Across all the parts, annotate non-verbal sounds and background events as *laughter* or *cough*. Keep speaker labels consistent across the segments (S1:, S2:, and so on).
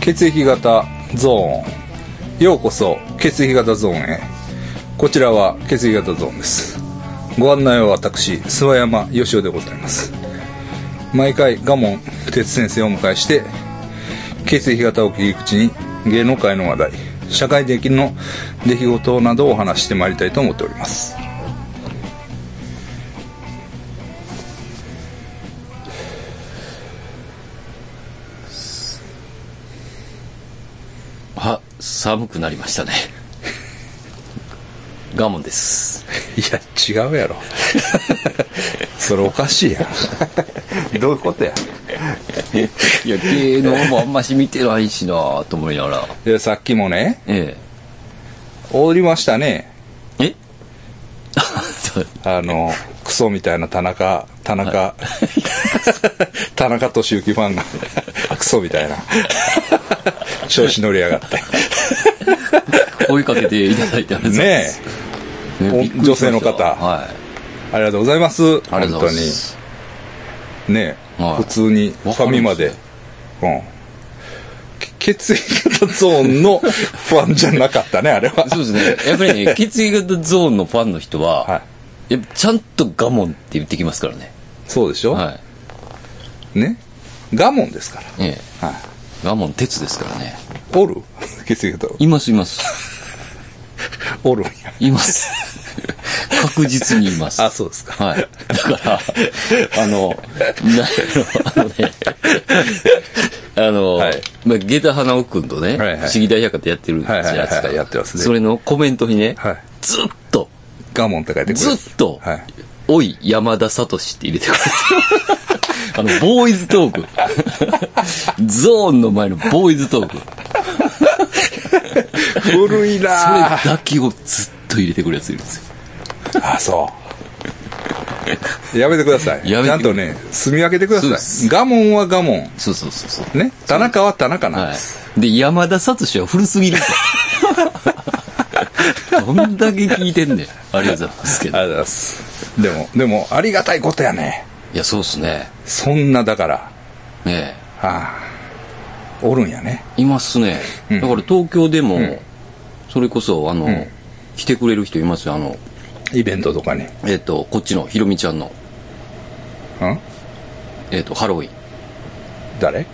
S1: 血液型ゾーンようこそ血液型ゾーンへこちらは血液型ゾーンですご案内は私諏訪山義雄でございます毎回我門哲先生をお迎えして血液型を切り口に芸能界の話題社会的の出来事などをお話ししてまいりたいと思っております
S2: は寒くなりましたね我慢です
S1: いや違うやろそれおかしいやん *laughs* どういうことや
S2: *laughs* いや芸能もあんまし見てないしなと思いながら
S1: いやさっきもね
S2: え
S1: おりましたね
S2: ええそう
S1: あのクソみたいな田中田中、 *laughs* 田中俊之ファンが *laughs* クソみた
S2: *laughs*
S1: いな調子乗りやがって
S2: *laughs* 追いかけていただいてありがとうございま
S1: ね
S2: す
S1: え
S2: ね
S1: お
S2: びっくりしました
S1: 女性の方
S2: はい
S1: ありがとうございます
S2: ありがとうございま
S1: 本
S2: す
S1: 当にねえ、
S2: はい
S1: 普通にファミまで
S2: わか
S1: うんけ血液型ゾーンの *laughs* ファンじゃなかったねあれは
S2: そうですねやっぱり *laughs* ね血液型ゾーンのファンの人は、
S1: はい
S2: やっぱちゃんと我慢って言ってきますからね
S1: そうでしょ、
S2: はい
S1: ね我慢ですから
S2: ええ
S1: はい
S2: 我慢鉄ですからね
S1: おる *laughs* 血液型
S2: いますいます
S1: おるんや
S2: います *laughs* 確実にいます
S1: あそうですか
S2: はい。だから、あの、なあのね、あの、
S1: はい
S2: まあ、下駄花尾くんとね、
S1: はいはい
S2: 不思議大百科でやってるじゃないです
S1: はいはい
S2: か。
S1: はいやってますね
S2: それのコメントにね、
S1: はい
S2: ずっと、
S1: 我慢って書いてく
S2: ず
S1: れ
S2: っと、
S1: はい
S2: おい、山田聡って入れてくれてるあの、ボーイズトーク。ゾーンの前のボーイズトーク。
S1: 古い
S2: それ
S1: なぁ
S2: だけをずっと入れてくるやついるんですよ。
S1: あそうやめてください
S2: やめて
S1: ちゃんとね住み分けてくだ
S2: そうで
S1: さい
S2: す
S1: 我慢は我慢
S2: そうそうそうそう。
S1: ね田中は田中なん
S2: は
S1: です、
S2: い。で、山田聡は古すぎる *laughs* と。どんだけ聞いてんねん。ありがとうございますけど。
S1: ありがとうございますでもでもありがたいことやね
S2: いや、そうっすね。
S1: そんなだから
S2: ね
S1: ああおるんやね
S2: えいますね。だから東京でも、それこそ、あの、来てくれる人いますよ。あの、
S1: イベントとかにん
S2: えっ、と、こっちのひろみちゃんの、えっ、と、ハロウィン。
S1: 誰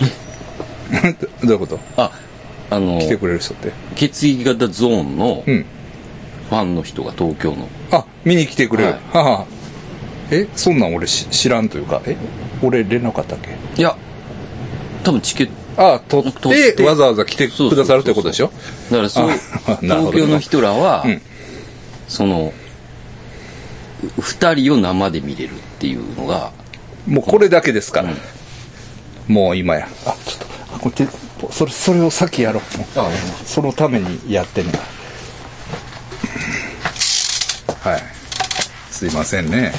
S1: *laughs* どどういうこと
S2: あ、あの
S1: 来、てくれる人って
S2: 血液型ゾーンの
S1: うん
S2: ファンの人が東京の。
S1: あ見に来てくれる、
S2: はい
S1: ははえそんなん俺し知らんというかえ俺連絡あったっけ
S2: いや、多分チケット、
S1: あ取って
S2: 取って
S1: わざわざ来てくださるということでしょ
S2: だからそう、
S1: あなるほど
S2: 東京の人らは、
S1: うん
S2: その、う二人を生で見れるっていうのが、
S1: もうこれだけですから、もう今やあちょっとあこれ手それそれを先やろうそのためにやってんだはいすいませんね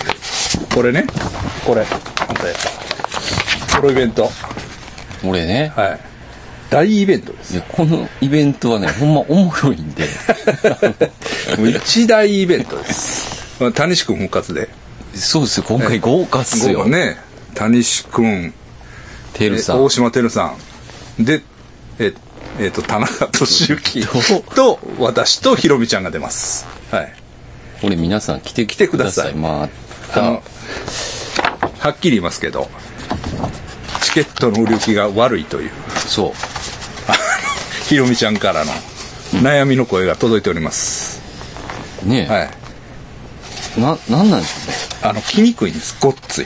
S1: これねこれあんたやったこのイベント
S2: 俺ね、
S1: はい大イベントです
S2: いやこのイベントはね、ほんまおもろ
S1: *laughs*
S2: いんで、
S1: もう一大イベントです。ま *laughs* あ、谷志くん復活で。
S2: そうですよ、今回豪華っす
S1: 豪
S2: よ。
S1: 華ね。谷志くん、
S2: てるさ
S1: え
S2: ん
S1: 大。島てるさん。で、え、えっと、田中俊之と、私とひろみちゃんが出ます。はい。
S2: 俺皆さん来て
S1: 来てください
S2: ま
S1: あ
S2: た
S1: の、はっきり言いますけど、チケットの売れ行きが悪いという、
S2: そう。
S1: *laughs* ひろみちゃんからの悩みの声が届いております。
S2: ねえ、
S1: はい。
S2: な、なんなんですかね。
S1: あの、来にくいんです。ごっつい。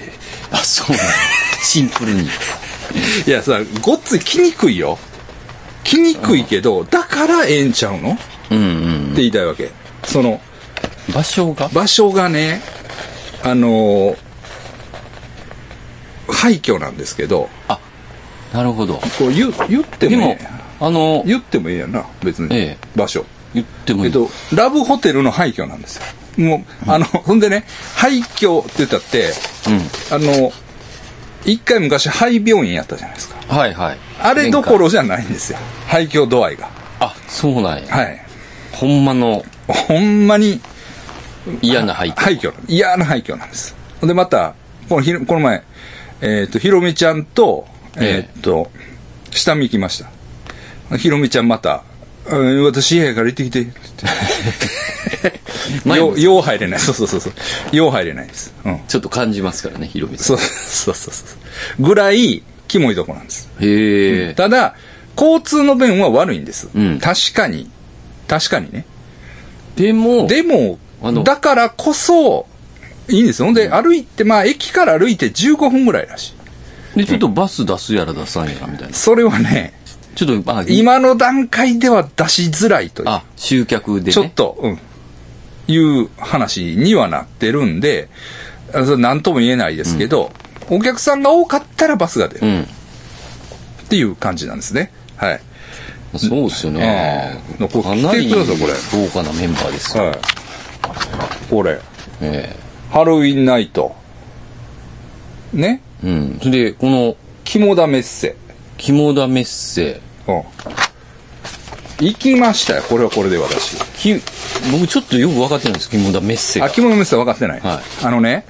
S2: あ、そうなんシンプルに。
S1: いやさ、ごっつい来にくいよ。来にくいけど、だからええんちゃうのって
S2: うんうん。
S1: 言いたいわけ。その、
S2: 場所が
S1: 場所がね、あのー廃墟なんですけど、
S2: なるほど。
S1: こう言う言って
S2: で
S1: も
S2: も
S1: ね、、
S2: あの、
S1: 言ってもいいやんな、別に。
S2: ええ
S1: 場所。
S2: 言っても
S1: え
S2: い
S1: っ
S2: い。
S1: と、ラブホテルの廃墟なんですよ。もう、あの、 *laughs* ほんでね、廃墟って言ったって、あの、一回昔廃病院やったじゃないですか。
S2: はいはい。
S1: あれどころじゃないんですよ。廃墟度合いが。
S2: あ、そうなんや。
S1: はい。
S2: ほんまの
S1: ほんまに
S2: 嫌な背景。
S1: 廃墟なんです。嫌な廃墟なんです。で、また、このひろこの前、えっ、と、ひろみちゃんと、え
S2: ええ
S1: っ、と、下見行きました。ひろみちゃんまた、うん私家やから行ってきて。って言って
S2: *laughs* 前
S1: よ
S2: も
S1: う、よう入れない。そうそうそうそう。よう入れないです。うん。
S2: ちょっと感じますからね、ヒロミさ
S1: そうそうそうそう。ぐらい、キモいとこなんです。
S2: ん。へえ。
S1: ただ、交通の便は悪いんです。
S2: うん
S1: 確かに。確かにね。
S2: でも、
S1: でも
S2: あ、の
S1: だからこそ、いいんですよ。ほんで、歩いて、まあ、駅から歩いて15分ぐらいらしい。
S2: で、ちょっとバス出すやら出さんやらみたいな。
S1: それはね、
S2: ちょっと、あ、
S1: 今の段階では出しづらいという。
S2: あ、集客でね。
S1: ちょっと、うん。いう話にはなってるんで、あそれなんとも言えないですけど、お客さんが多かったらバスが出
S2: う
S1: る
S2: ん。
S1: っていう感じなんですね。はい。
S2: そうですよね
S1: ええ。
S2: かなり
S1: これ来てくださいこれ
S2: 豪華なメンバーですよ。
S1: はい。これ、
S2: え
S1: ハロウィンナイト。ね。
S2: え。うん。それで、この、
S1: 肝試せ。
S2: 肝試せ。
S1: うん。行きましたよ。これはこれで私。
S2: き僕ちょっとよく分かってないんです、肝試せが。
S1: あ、
S2: ヒ
S1: 肝試せ分かってない。
S2: は
S1: あのね、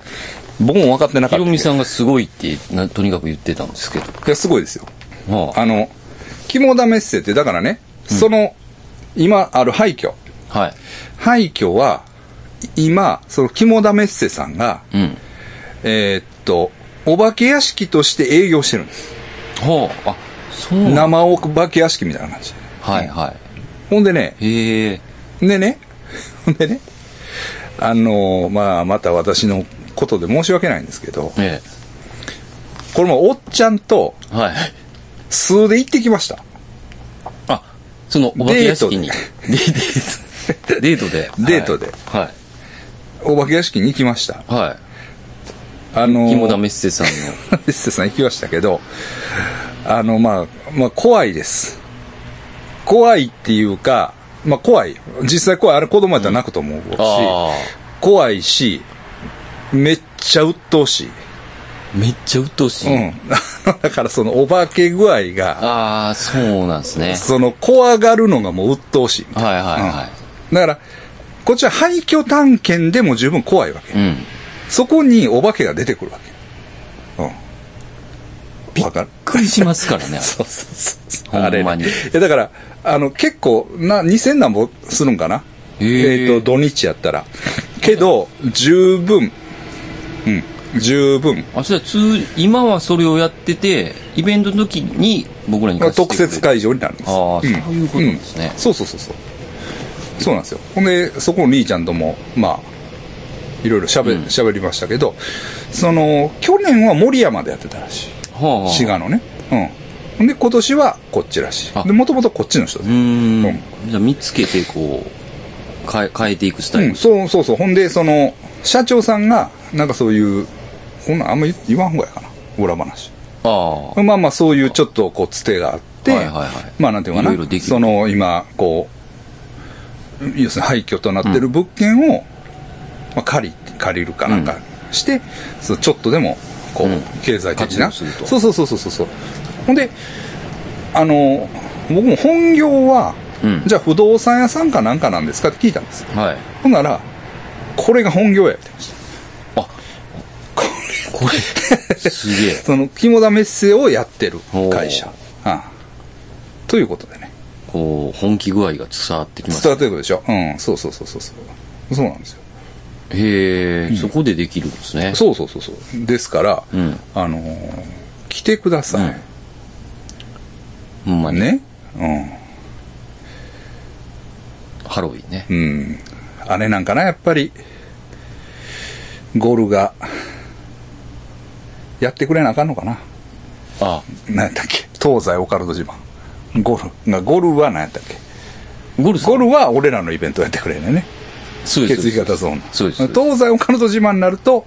S1: 僕も分かってなかったけど。
S2: ロミさんがすごいってな、とにかく言ってたんですけど。
S1: いや、すごいですよ。
S2: は
S1: あの、肝試せって、だからね、その、今ある廃墟。
S2: あ、はい。
S1: 廃墟は、今、その肝試せさんが、
S2: うん。
S1: えーっと、お化け屋敷として営業してるんです。
S2: はあ、あ、そうなん
S1: 生お化け屋敷みたいな感じ。
S2: はいは
S1: ほんでね、
S2: い。へえ。
S1: でね、ほんでね、あのーまあ、また私のことで申し訳ないんですけど、
S2: え
S1: これもおっちゃんと
S2: え。はい。
S1: 数で行ってきました。
S2: あ、その、お化け屋敷に。
S1: デ
S2: デー *laughs* トで。デートで。
S1: デートで
S2: は
S1: お化け屋敷に行きました。
S2: い。はい。はい。
S1: あのー *laughs*
S2: 肝試せさん
S1: エッセさん行きましたけど、あの、まあ、まあ、怖いです。怖いっていうか、まあ、怖い。実際怖い。あれ子供やったら泣くと思うし、
S2: の。あ
S1: 怖いし、めっちゃ鬱陶しい。
S2: あ。めっちゃ鬱陶し
S1: う
S2: い。
S1: ん。 *laughs* だからそのお化け具合が、
S2: ああ、そうなんですね。
S1: その怖がるのがもう鬱陶しい。
S2: はいは
S1: だから、こっちは廃墟探検でも十分怖いわけ
S2: い。はい。うん。
S1: そこにお化けが出てくるわけ。うん。わかる
S2: びっくりしますからね。
S1: *laughs* そうそうそうそう。
S2: ほんまに
S1: あれねいや、だから、あの、結構、な、2000なんぼするんかな。
S2: へ
S1: えっ、
S2: ー
S1: と、土日やったら。けど、十分。うん、十分。
S2: あ、それは通、今はそれをやってて、イベントの時に僕らに貸してく
S1: 特
S2: れる
S1: 設。会場になるんです。
S2: ああそういうことなんですね
S1: そうそうそうそう。そうなんですよ。ほんで、そこの兄ちゃんとも、まあ、いろいろ喋、
S2: うん
S1: 喋りましたけど、その、去年は森山でやってたらしい。
S2: はあ。
S1: 滋。賀のね。うん。ほんで、今年はこっちらし
S2: あ
S1: い。で、もともとこっちの人で
S2: うー
S1: うんん。
S2: じゃあ見つけて、こう、変え、変えていくスタイ
S1: う
S2: ル。
S1: ん、そうそうそう。ほんで、その、社長さんが、なんかそういう、こんなんあんま言言わん方がやかな。裏話。
S2: ああ。
S1: まあまあ、そういうちょっと、こう、つてがあって、
S2: はいはいはい
S1: まあ、なんていうのかな。
S2: いろいろできる
S1: その、今、こう、要するに廃墟となってる物件を、まあ、借り、借りるかなんかして、そのちょっとでも、こう、
S2: うん
S1: 経済的な。
S2: 活用すると
S1: そうそうそうそうそうそう。ほんで、あの、僕も本業は、
S2: うん
S1: じゃあ不動産屋さんかなんかなんですかって聞いたんですよ
S2: はい。
S1: ほんなら、これが本業やってました。
S2: あ、これ、すげえ。
S1: その、肝試せをやってる会社。ああということでね。
S2: こう、本気具合が伝わってきま
S1: 伝
S2: す。
S1: わってくるでしょうん、そうそうそうそうそう。そうなんですよ。
S2: へえ、そこでできるんですね。
S1: そうそうそうそう。ですから、
S2: うん
S1: あのー来てください。
S2: ほんまに。
S1: ね。うん。
S2: ハロウィンね。
S1: うん。あれなんかな、やっぱり、ゴルが、やってくれなあかんのかな。
S2: あ
S1: なんやったっけ東西オカルト自慢。ゴル。なゴルは何やったっけ
S2: ゴルさん
S1: ゴルは俺らのイベントやってくれるね。
S2: そうです。
S1: 血液型ゾーン。
S2: そうです。そう
S1: 東西オカルト自慢になると、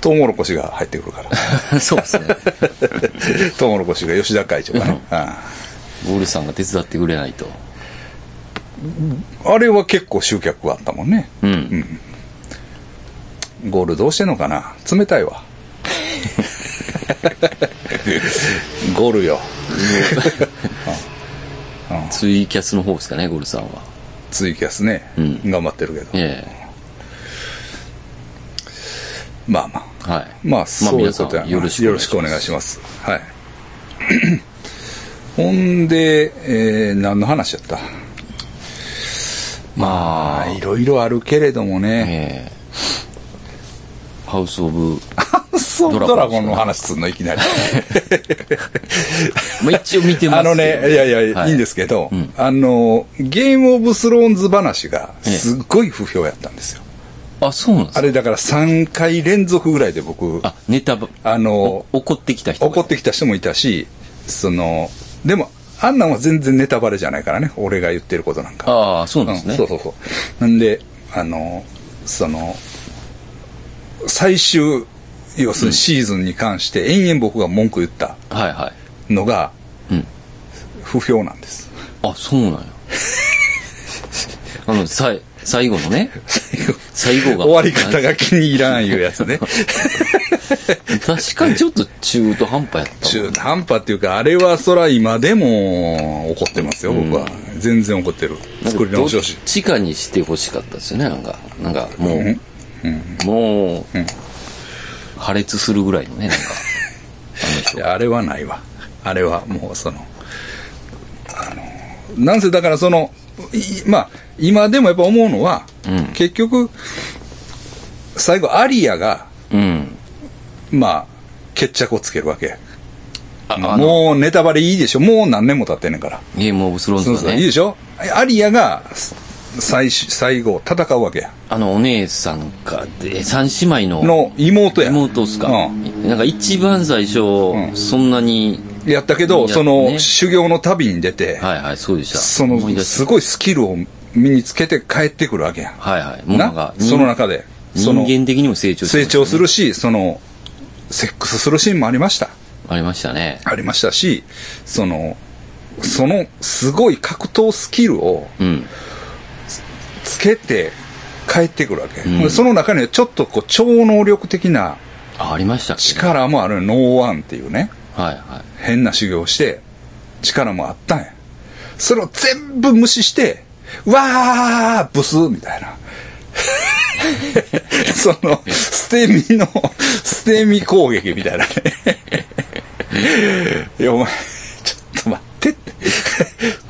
S1: トウモロコシが入ってくるから。
S2: です *laughs* そうですね。
S1: *laughs* トウモロコシが吉田会長がね。あ
S2: ゴルさんが手伝ってくれないと。
S1: ああれは結構集客があったもんね。
S2: うん。
S1: ゴールどうしてんのかな冷たい *laughs* わ。ゴールよ。
S2: ツイキャスの方ですかね、ゴルさんは。
S1: ツイキャスね。
S2: うん
S1: 頑張ってるけど。
S2: え
S1: まあまあ。
S2: え。はい。
S1: まあ、そういう
S2: 皆
S1: こ
S2: さ
S1: とや
S2: ん
S1: な
S2: よろしく。
S1: よろしくお願いします。はい。 *coughs* ほんで、えー何の話やったまあ、いろいろあるけれどもね。
S2: ええハウス・オブ、
S1: *laughs* そう、ドラゴンの話すんの、いきなり。
S2: まあ、一応見てま
S1: *laughs*
S2: す。
S1: あのね、いやいや、い、いんですすけど、
S2: うん
S1: あの、ゲームオブスローンズ話が、
S2: ええ
S1: すっごい不評やったんですよ。
S2: あ、そうなんです
S1: あ
S2: か
S1: れだから3回連続ぐらいで僕、
S2: あ、ネタば、
S1: あの、
S2: お怒ってきた人が。
S1: 怒ってきた人もいたし、その、でも、あんなんは全然ネタバレじゃないからね、俺が言ってることなんか。
S2: ああ、そうなんですね。
S1: うんそうそうそう。なんで、あの、その、最終、要するにシーズンに関して延々僕が文句言った
S2: はいは
S1: のが
S2: い。うん。
S1: 不評なんです。
S2: あ、そうなんや。あの、さい、最後のね、最後が。
S1: 終わり方が気に入らんいうやつ
S2: *laughs*
S1: ね。
S2: 確かにちょっと中途半端やった。
S1: 中途半端っていうか、あれはそら今でも怒ってますよ、僕は。全然怒ってる。作り直してほしい
S2: どっ。ちかにしてほしかったですよね、なんか。なんか、もう、もう、破裂するぐらいのね、なんか。
S1: いやあれはないわあれはもうそのあのなんせだからそのいまあ今でもやっぱ思うのは、
S2: うん
S1: 結局最後アリアが
S2: うん。
S1: まあ決着をつけるわけ
S2: ああの、
S1: もうネタバレいいでしょもう何年も経ってんねんから
S2: ゲームオブスローンズ
S1: そう
S2: の
S1: そういい
S2: ね
S1: で、しょアリアが最終最後戦うわけや
S2: あの、お姉さんか、で三姉妹の、
S1: の妹や
S2: 妹っすか、
S1: うん
S2: なんか一番最初、
S1: ん
S2: そんなに、
S1: やったけど、
S2: や
S1: その、
S2: ね
S1: 修行の旅に出て、
S2: はいはい、そうでした。
S1: そ
S2: 思
S1: の
S2: い出
S1: す
S2: し
S1: ごいスキルを身につけて帰ってくるわけやん
S2: た。はいはい、もの
S1: な
S2: が、人
S1: その中で。そ
S2: 人
S1: の
S2: 間的にも成長しま
S1: 成
S2: した
S1: 長するし、その、セックスするシーンもありました。
S2: ありましたね。
S1: ありましたし、その、そのすごい格闘スキルを
S2: うん。
S1: つけて帰ってくるわけ。
S2: うん
S1: その中にはちょっとこう超能力的な
S2: あ、ありましたっけ
S1: 力もあるノーワンっていうね、
S2: はいはい。
S1: 変な修行をして、力もあったんや。それを全部無視して、わーブスみたいな。 *laughs* その、捨て身の、捨て身攻撃みたいなね。いや、お前、ちょっと待ってって。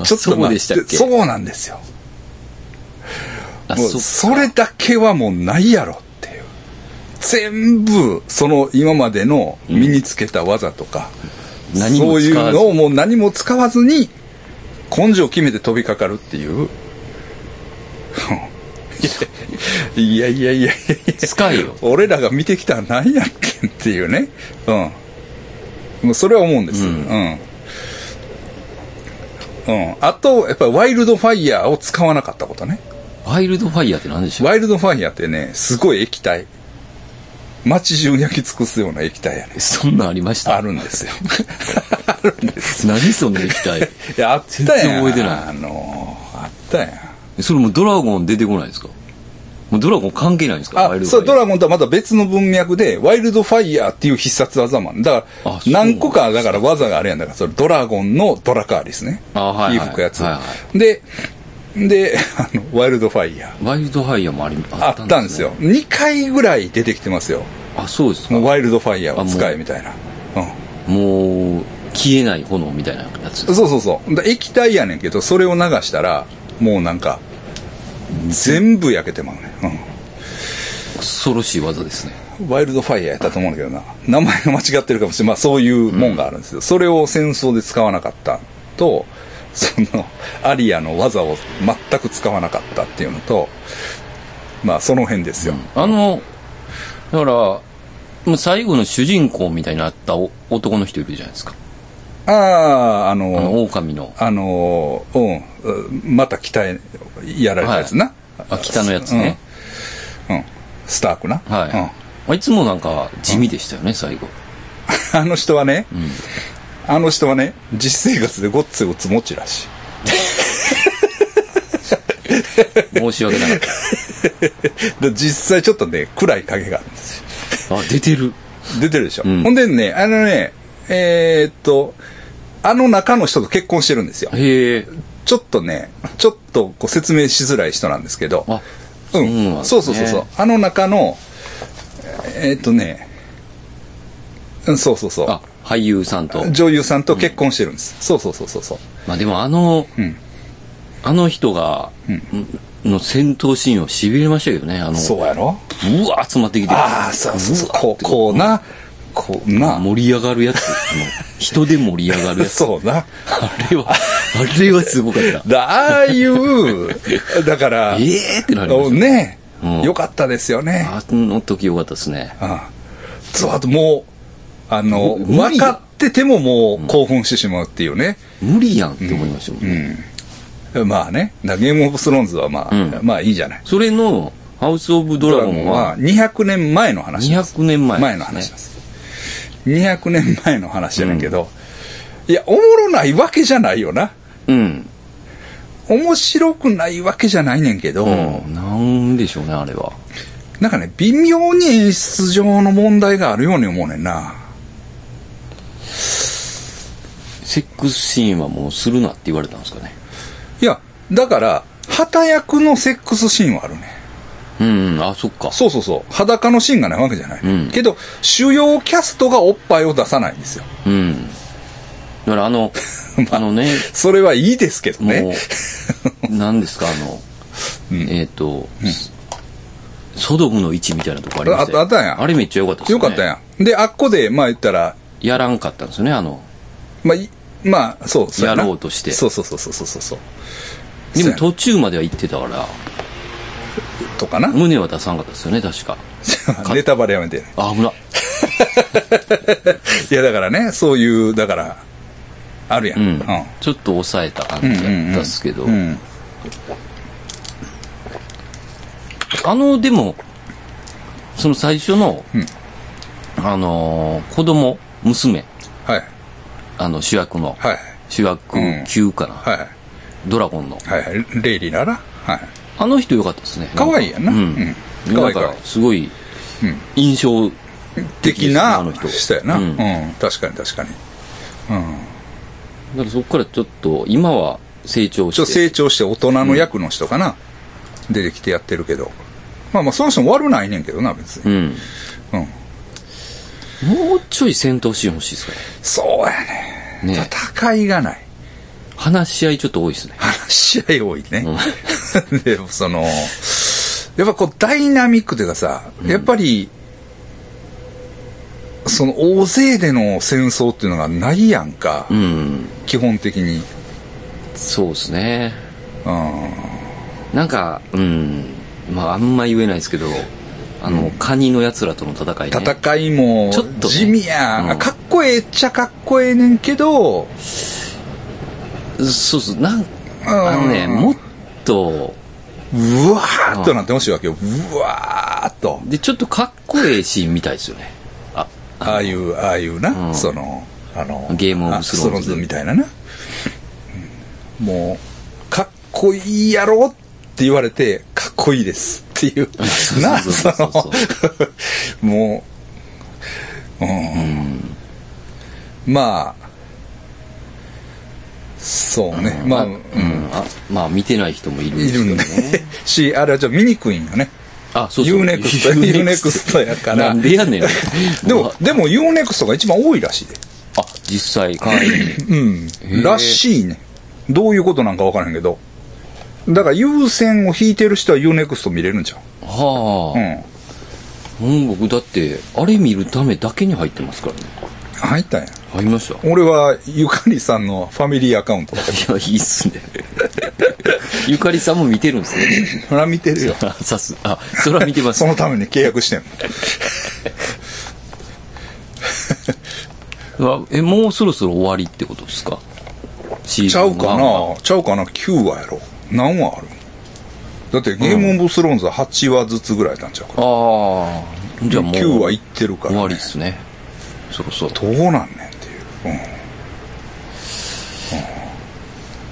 S2: あ
S1: ちょっと
S2: そう
S1: 待
S2: でした
S1: っ。
S2: ってけ
S1: そうなんですよ。
S2: あ、
S1: もう
S2: そ
S1: それだけはもうないやろっていう。全部、その今までの身につけた技とか、
S2: 何も
S1: そういう
S2: 使わず
S1: のをもう何も使わずに、根性を決めて飛びかかるっていう。 *laughs* いやいやいやいやいや
S2: 使えよ。
S1: 俺らが見てきたら何やってんっていうね。うん。もうそれは思うんです。うん。うん。あと、やっぱりワイルドファイヤーを使わなかったことね。
S2: ワイルドファイヤーって何でしょう
S1: ワイルドファイヤーってね、すごい液体。街中に焼き尽くすような液体やね。
S2: そんなんありました
S1: あるんですよ。あるんです。
S2: 何その液
S1: *laughs*
S2: 体。
S1: いや、あったやん。
S2: 全然覚えてない
S1: あのー、あったやん。
S2: それもうドラゴン出てこないですかもうドラゴン関係ないんですかワイ
S1: あ、
S2: ルド
S1: そう、
S2: ファ
S1: ド
S2: イヤー。
S1: ラゴンとはまた別の文脈で、ワイルドファイヤーっていう必殺技もあるだか
S2: あ
S1: ら、
S2: そう
S1: 何個か、だから技があるやん。だから、それドラゴンのドラカーですね。
S2: あはいはい
S1: 衣服やつ。
S2: はいは
S1: で、で、 *laughs* あの、ワイルドファイヤー。
S2: ワイルドファイヤーもあり
S1: あったんですよ。。2回ぐらい出てきてますよ。
S2: あ、そうですか。
S1: もうワイルドファイヤーを使えみたいな。うん。
S2: もう、消えない炎みたいなやつ。
S1: そうそうそう。だ液体やねんけど、それを流したら、もうなんか、全部焼けてまうね。
S2: 恐ろしい技ですね。
S1: うん。ワイルドファイヤーやったと思うんだけどな。名前が間違ってるかもしれない。まあそういうもんがあるんですよ。それを戦争で使わなかったと、その、アリアの技を全く使わなかったっていうのと、まあその辺ですよ。
S2: あの、だから、もう最後の主人公みたいになったお男の人いるじゃないですか。
S1: ああ、あ
S2: あの、
S1: の、
S2: 狼の、
S1: あの、うん、また北へやられたやつな。
S2: あ、北のやつね。
S1: うん。スタークな。
S2: はい。
S1: うん
S2: まあいつもなんか地味でしたよね、最後。
S1: *laughs* あの人はね、
S2: ん
S1: あの人はね、実生活でごっついおつ持ちらしい。
S2: 申
S1: *laughs*
S2: し訳なかっ
S1: で、実際ちょっとね、暗い影があるんですよ。
S2: た。あ、出てる。
S1: 出てるでしょ。
S2: うん
S1: ほんでね、あのね、えーっと、あの中の人と結婚してるんですよ。
S2: へえ。
S1: ちょっとね、ちょっとこう説明しづらい人なんですけど、
S2: あ、
S1: う
S2: そうなん
S1: ん、
S2: です
S1: そ
S2: ね
S1: うそうそうそう。あの中の、えーっとね、うんそうそうそう。
S2: あ、俳優さんと。
S1: 女優さんと結婚してるんです。そうそうそうそうそう。
S2: まあでもあの、
S1: うん
S2: あの人が、の戦闘シーンは痺れましたけどね。あの、
S1: そうやろ
S2: うわー集まってきて。
S1: ああ、そうそうそう。
S2: わー
S1: こう、こうな、こうな、
S2: 盛り上がるやつ。その人で盛り上がるや
S1: *laughs*
S2: つ。
S1: そうな。
S2: あれは、あれはすごかった。
S1: だああいう、
S2: *laughs*
S1: だから、
S2: ええーってなりま
S1: お
S2: した。
S1: ね、
S2: うん
S1: よかったですよね。
S2: あの時よかったですね。
S1: あそう、あともう、あの、
S2: 無無
S1: 分
S2: 理
S1: かっててももう興奮してしまうっていうね。
S2: 無理やんって思いましたもんね。
S1: まあね、だゲームオブスローンズはまあ、
S2: うん
S1: まあいいじゃない。
S2: それの、ハウス・オブ・ドラゴンは、
S1: 200年前の話なんです。
S2: 200年前、
S1: 前の話なんで。す。200年前の話やねんけど、いや、おもろないわけじゃないよな。
S2: うん。
S1: 面白くないわけじゃないねんけど、
S2: うん。なんでしょうね、あれは。
S1: なんかね、微妙に演出上の問題があるように思うねんな。
S2: セックスシーンはもうするなって言われたんですかね。
S1: いや、だから、旗役のセックスシーンはあるね。
S2: うん、うん、あ、そっか。
S1: そうそうそう。裸のシーンがないわけじゃない。
S2: うん
S1: けど、主要キャストがおっぱいを出さないんですよ。
S2: うん。だから
S1: *laughs*
S2: あの、あのね、
S1: それはいいですけど
S2: も
S1: ね。
S2: う、何ですか、あの、えっ、と、ソドムの位置みたいなとこありましたよ
S1: ああったんや
S2: あれめっちゃ良かったですね。
S1: よかったやん。で、あっこで、まあ言ったら、
S2: やらんかったんですよね、あの。
S1: まあ、いまあ、そう、そうな
S2: やろうとして
S1: そうそうそうそうそうそう。
S2: で
S1: そうや
S2: も途中までは行ってたから、
S1: とかな。
S2: 胸は出さんかったですよね、確か。
S1: *laughs* ネタバレやめて。
S2: あ、危な。
S1: いや、だからね、そういう、だから、あるやん。
S2: う
S1: うんん。。
S2: ちょっと抑えた感じだったっすけど
S1: う。ん。
S2: あの、でも、その最初の、あのー、子供、娘、
S1: はい。
S2: あの、主役の、
S1: はい。
S2: 主
S1: うん
S2: 役級かな、
S1: はい。
S2: ドラゴンの。
S1: はい。レイリーなら。はい。
S2: あの人良かったですね。
S1: 可愛いやんな。
S2: う
S1: うん
S2: ん。。
S1: 可愛
S2: だ
S1: い
S2: か
S1: から
S2: ら、。すごい、印象的
S1: 的
S2: ですねあ
S1: な
S2: の人。
S1: 人やな。う
S2: うんん。だか。
S1: 確かに確かに。
S2: らそこからちょっと、今は成長
S1: ちょっと
S2: して。
S1: 成長して大人の役の人かな。出てきてやってるけど。まあまあ、その人も悪ないねんけどな、別
S2: う
S1: に。
S2: ん。
S1: うん。
S2: もうちょい戦闘シーン欲しいですか
S1: そうやね。
S2: らね。ね
S1: 戦いがない。
S2: 話し合いちょっと多いですね。
S1: 話し合い多いね。 *laughs* で、その、やっぱこうダイナミックというかさ、やっぱり、その大勢での戦争っていうのがないやんか、
S2: うん。
S1: 基本的に。
S2: そうですね。
S1: うん。
S2: なんか、うん。まあ、あんま言えないですけど、あの、カニの奴らとの戦いね。
S1: 戦いも
S2: ちょっとね
S1: 地味や、
S2: うん
S1: かっこええっちゃかっこええねんけど、
S2: そうそう。なん、あのね、もっと、
S1: うわーっとなってほしいわけよ。うわーっと。
S2: で、ちょっとかっこええシーンみたいですよね。あ、
S1: ああいう、ああいうな、
S2: うん
S1: その、あの、
S2: ゲームオブスローンズ
S1: あみたいなな。うんもう、かっこいいやろって言われて、かっこいいですって
S2: *laughs*
S1: いう。
S2: そう
S1: な、
S2: そう
S1: そ
S2: そうそう
S1: の、 *laughs* もう、うん。まあ、そうね。まあ、うん
S2: うん。あまあ、見てない人もいるんで
S1: い
S2: す
S1: る
S2: けど
S1: んで
S2: ね。。
S1: *laughs* し、あれはちょっと見にくいんよね。
S2: あ、そうそう。 *laughs*
S1: Unext Unext やから
S2: なんでやねん。
S1: でも、でも UNEXT が一番多いらしいで。
S2: あ、実際、会 *laughs* 員。
S1: うん。
S2: ー
S1: らしいね。どういうことなんかわからへんけど。だから優先を引いてる人は UNEXT 見れるんじゃん。
S2: は
S1: うん。
S2: あ。うん、僕だって、あれ見るためだけに入ってますからね。
S1: 入ったんや。
S2: 入りました。
S1: 俺はゆかりさんのファミリーアカウントだけ
S2: いや、いいっすね。 *laughs* ゆかりさんも見てるんです
S1: *laughs*
S2: ね。
S1: ど。そら見てる
S2: *laughs*
S1: よ。
S2: あさす、あ、それは見てます
S1: そ。のために契約してんの。
S2: わえ、もうそろそろ終わりってことですかシー
S1: ち
S2: ズ
S1: ゃ
S2: ン
S1: うか
S2: ワンは
S1: なちゃうかな ?9 話やろ。何話あるだってゲームオブスローンズは8話ずつぐらいなんちゃうか。
S2: ああ。じゃあもう。
S1: 9話いってるから、
S2: 終
S1: ね。
S2: わりっすね。そろそろ。
S1: どうなんねんっていう。うん。うん、い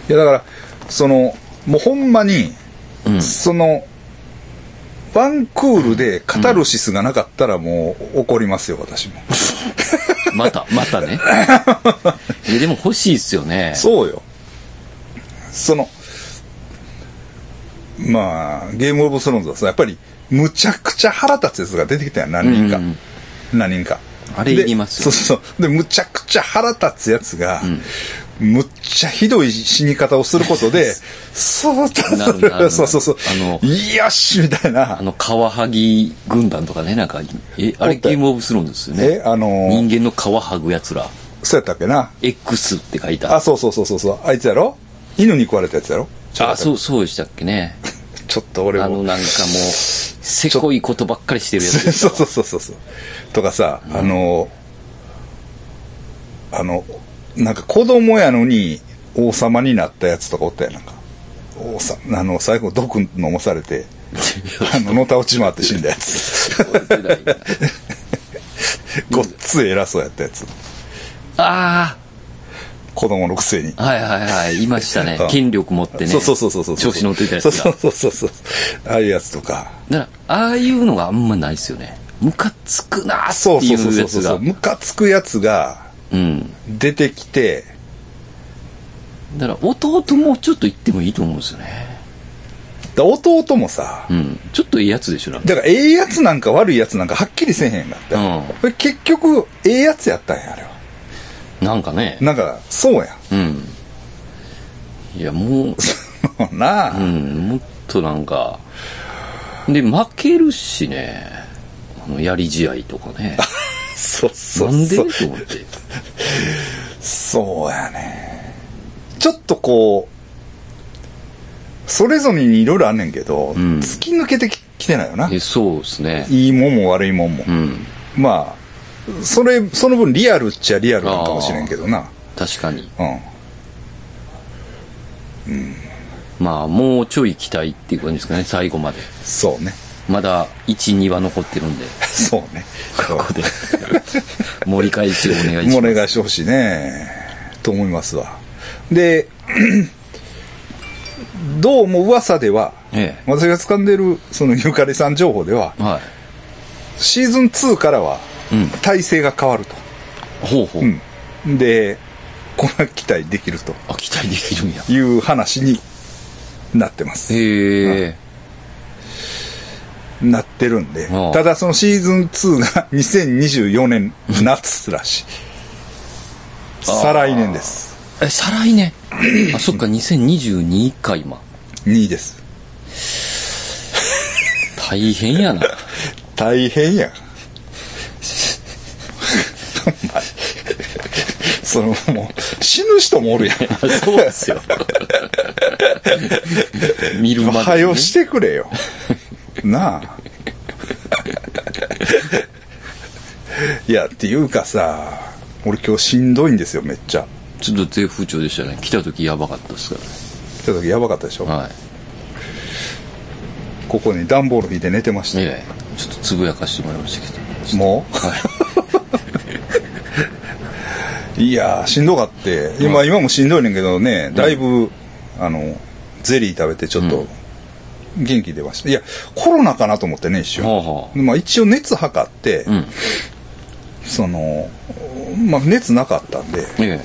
S1: や、だから、その、もうほんまに、
S2: うん
S1: その、ワンクールでカタルシスがなかったらもう怒りますよ、私も。
S2: また、 *laughs* またね。いやでも欲しいっすよね。
S1: そうよ。その、まあ、ゲームオブスローンズはさ、やっぱり、むちゃくちゃ腹立つやつが出てきたやん、何人か。
S2: うん
S1: 何人か。
S2: あれいります
S1: で
S2: よ。
S1: そうそう。で、むちゃくちゃ腹立つやつが、むっちゃひどい死に方をすること
S2: *laughs*
S1: で、そう
S2: なるなる
S1: そうそうそう。
S2: あの
S1: よしみたいな
S2: あ。の、カワハギ軍団とかね、なんか、え、あれ
S1: おった
S2: ゲ
S1: よ
S2: ームオブスローンですよ
S1: え
S2: ね、。
S1: あのー、
S2: 人間の皮剥ぐ奴ら。
S1: そうやったっけな。
S2: X って書いた。
S1: あ、そうそうそうそうそう。あいつやろ犬に食われたやつやろ。
S2: あ、そうう、そうでしたっけね。
S1: ちょっと俺
S2: あの、
S1: も。
S2: なんかもう、せこいことばっかりしてるや
S1: そ
S2: つ
S1: う
S2: です。
S1: *laughs* そうそうそうそう。とかさ、あのー、あの、なんか子供やのに王様になったやつとかおったやんなんか。王さあの、最後毒飲まされ
S2: *laughs*
S1: て、あの、のた落ち回って死んだやつ。ごっつい偉そうやったやつ。
S2: あ
S1: 子供のくせに。
S2: あ、はいはいはい、いまし
S1: *laughs*
S2: たね
S1: うん。
S2: 権力持ってね。
S1: そうそうそうそうそう。
S2: 調子乗ってたやつ
S1: そう
S2: が。
S1: そうそうそうそう。ああいうやつとか。
S2: だから、ああいうのがあんまないですよね。ムカつくなー
S1: そ
S2: っ
S1: う
S2: て
S1: そうそうそ
S2: いうや
S1: うそ
S2: つ
S1: うそ
S2: が
S1: う。。ムカつくやつが
S2: うん。
S1: 出てきて、
S2: だから、弟もちょっと言ってもいいと思うんですよね。
S1: だ弟もさ
S2: う、ん。ちょっといいやつでしょ、なんか。
S1: だからええやつなんか悪いやつなんかはっきりせえへんかったよ。これ結局、ええやつやったんや、あれは。
S2: なんかね。
S1: なんか、そうやん。
S2: うん。いや、も
S1: *laughs*
S2: う、
S1: な
S2: う
S1: あ。
S2: ん、もっとなんか、で、負けるしね、あの、やり試合とかね。
S1: そうそ
S2: な
S1: うん
S2: で
S1: そう。
S2: と思って。
S1: そうやね。ちょっとこう、それぞれにいろいろあんねんけど、
S2: ん
S1: 突き抜けてききてないよな。
S2: えそうですね。
S1: いいもんも悪いもんも。
S2: うん。
S1: まあ、それ、その分リアルっちゃリアルなんかもしれんけどな。
S2: 確かに。
S1: うん。
S2: まあ、もうちょい期待っていう感じですかね、最後まで。
S1: そうね。 *laughs*
S2: まだ、1、2は残ってるんで、
S1: そうね。
S2: ここで、盛り返しをお願い
S1: もう
S2: し
S1: お
S2: ます。
S1: 願いしてほしいね。と思いますわ。で、 *clears throat* どうも噂では、
S2: え
S1: 私が掴んでる、そのゆかりさん情報では、
S2: え。はい。
S1: シーズン2からは
S2: うん、
S1: 体制が変わると。
S2: ほうほう。
S1: うん。で、こんな期待できると
S2: あ、期待できるんや。
S1: いう話になってます。
S2: へえ。
S1: なってるんで
S2: ああ、
S1: ただそのシーズン2が *laughs* 2024年夏らしい。再来年です。
S2: え、再来年。あ、そっか、2022か、今。
S1: 2位です。
S2: 大変やな。
S1: 大変やん。お前そのもう死ぬ人もおるやん。
S2: そうですよ。見るまで、
S1: *laughs*
S2: ね。
S1: はよしてくれよ。なあ。いや、っていうかさ、俺今日しんどいんですよ、めっちゃ。
S2: ちょっと低風潮でしたね。来た時やばかったですか
S1: 来た時やばかったでしょ、
S2: らね。はい。
S1: ここに段ボール引いて寝てました。
S2: ええ。ちょっとつぶやかしてもらいましたけど。
S1: もう
S2: はい。
S1: いやーしんどかって今,、今もしんどいねんけどねだいぶ、あのゼリー食べてちょっと元気出ました、いやコロナかなと思ってね一瞬、
S2: ほうほう
S1: まあ、一応熱測って、
S2: うん。
S1: その、まあ、熱なかったんで、
S2: え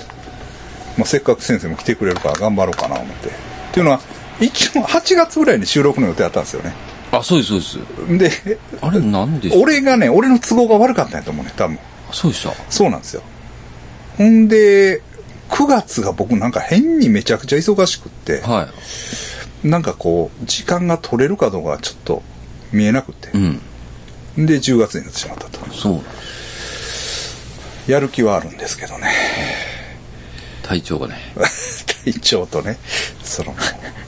S1: まあ、せっかく先生も来てくれるから頑張ろうかな思ってっていうのは一応8月ぐらいに収録の予定あったんですよね
S2: え。あ、そうです、そうです。
S1: で
S2: あれ、なんでしょう
S1: 俺がね俺の都合が悪かったんやと思うね多分
S2: あそうでした。
S1: そうなんですよ。ほんで、9月が僕なんか変にめちゃくちゃ忙しくって、
S2: は
S1: なんかこう、時間が取れるかどうかがちょっと見えなくて
S2: い。う、ん。
S1: で、10月になってしまったと。
S2: そうなん
S1: やる気はあるんですけどね。 *laughs*
S2: 体調がね。
S1: 体調とね、その、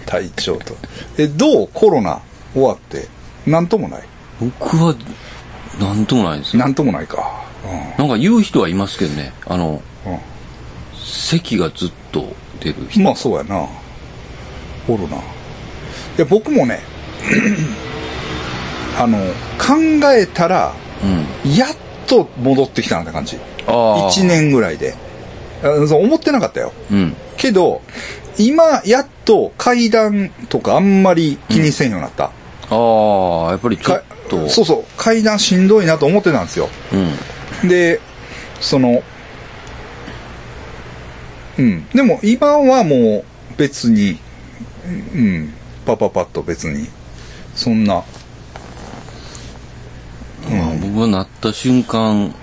S1: 体調と。え、どうコロナ終わって、なんともない。
S2: 僕は、なんともないんですよ。
S1: なんともないか。
S2: なんか言う人はいますけどね。あの、
S1: うん。うん
S2: 咳がずっと出る人。
S1: まあそうやな。おるな。いや、僕もね、 *clears throat* あの、考えたら、
S2: うん。
S1: やっと戻ってきたなって感じ。
S2: ああ。
S1: 1。年ぐらいで。あそう思ってなかったよ。
S2: うん。
S1: けど、今、やっと階段とかあんまり気にせんようになった。
S2: ああ、やっぱりちょ
S1: か
S2: っと。
S1: そうそう、階段しんどいなと思ってたんですよ。
S2: うん。
S1: で、その、うん。でも今はもう別に、うん、パパパッと別に、そんな、
S2: まあ、僕がなった瞬間、
S1: うん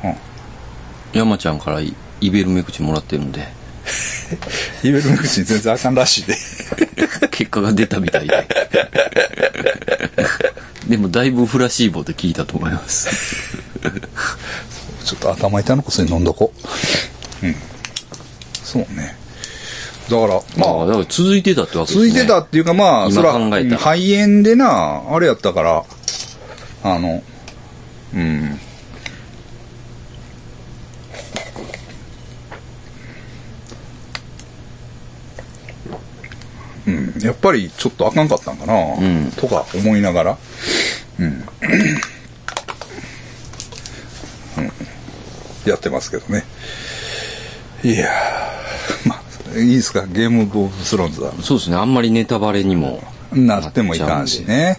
S2: 山ちゃんからイイベルメクチンもらってるん
S1: *laughs*
S2: で、
S1: イベルメクチン全然あかんらしいで。
S2: 結果が出たみたい
S1: *laughs*
S2: で。でもだいぶフラシーボで聞いたと思います。
S1: ちょっと頭痛のこそに飲んどこう。うん。そうね。だから、
S2: まあ、
S1: まあ、
S2: だから続いてたってわけです
S1: 続
S2: ね。
S1: いてたっていうか、まあ、
S2: 今
S1: そら、
S2: 考えたら
S1: うん肺炎でな、あれやったから、あの、うん。うん、やっぱりちょっとあかんかったんかな、
S2: ん
S1: とか思いながら、うんうんやってますけどねいやーまあいいですかゲームボーブスローンズは
S2: そうですね。あんまりネタバレにも。
S1: なってもいかんしね。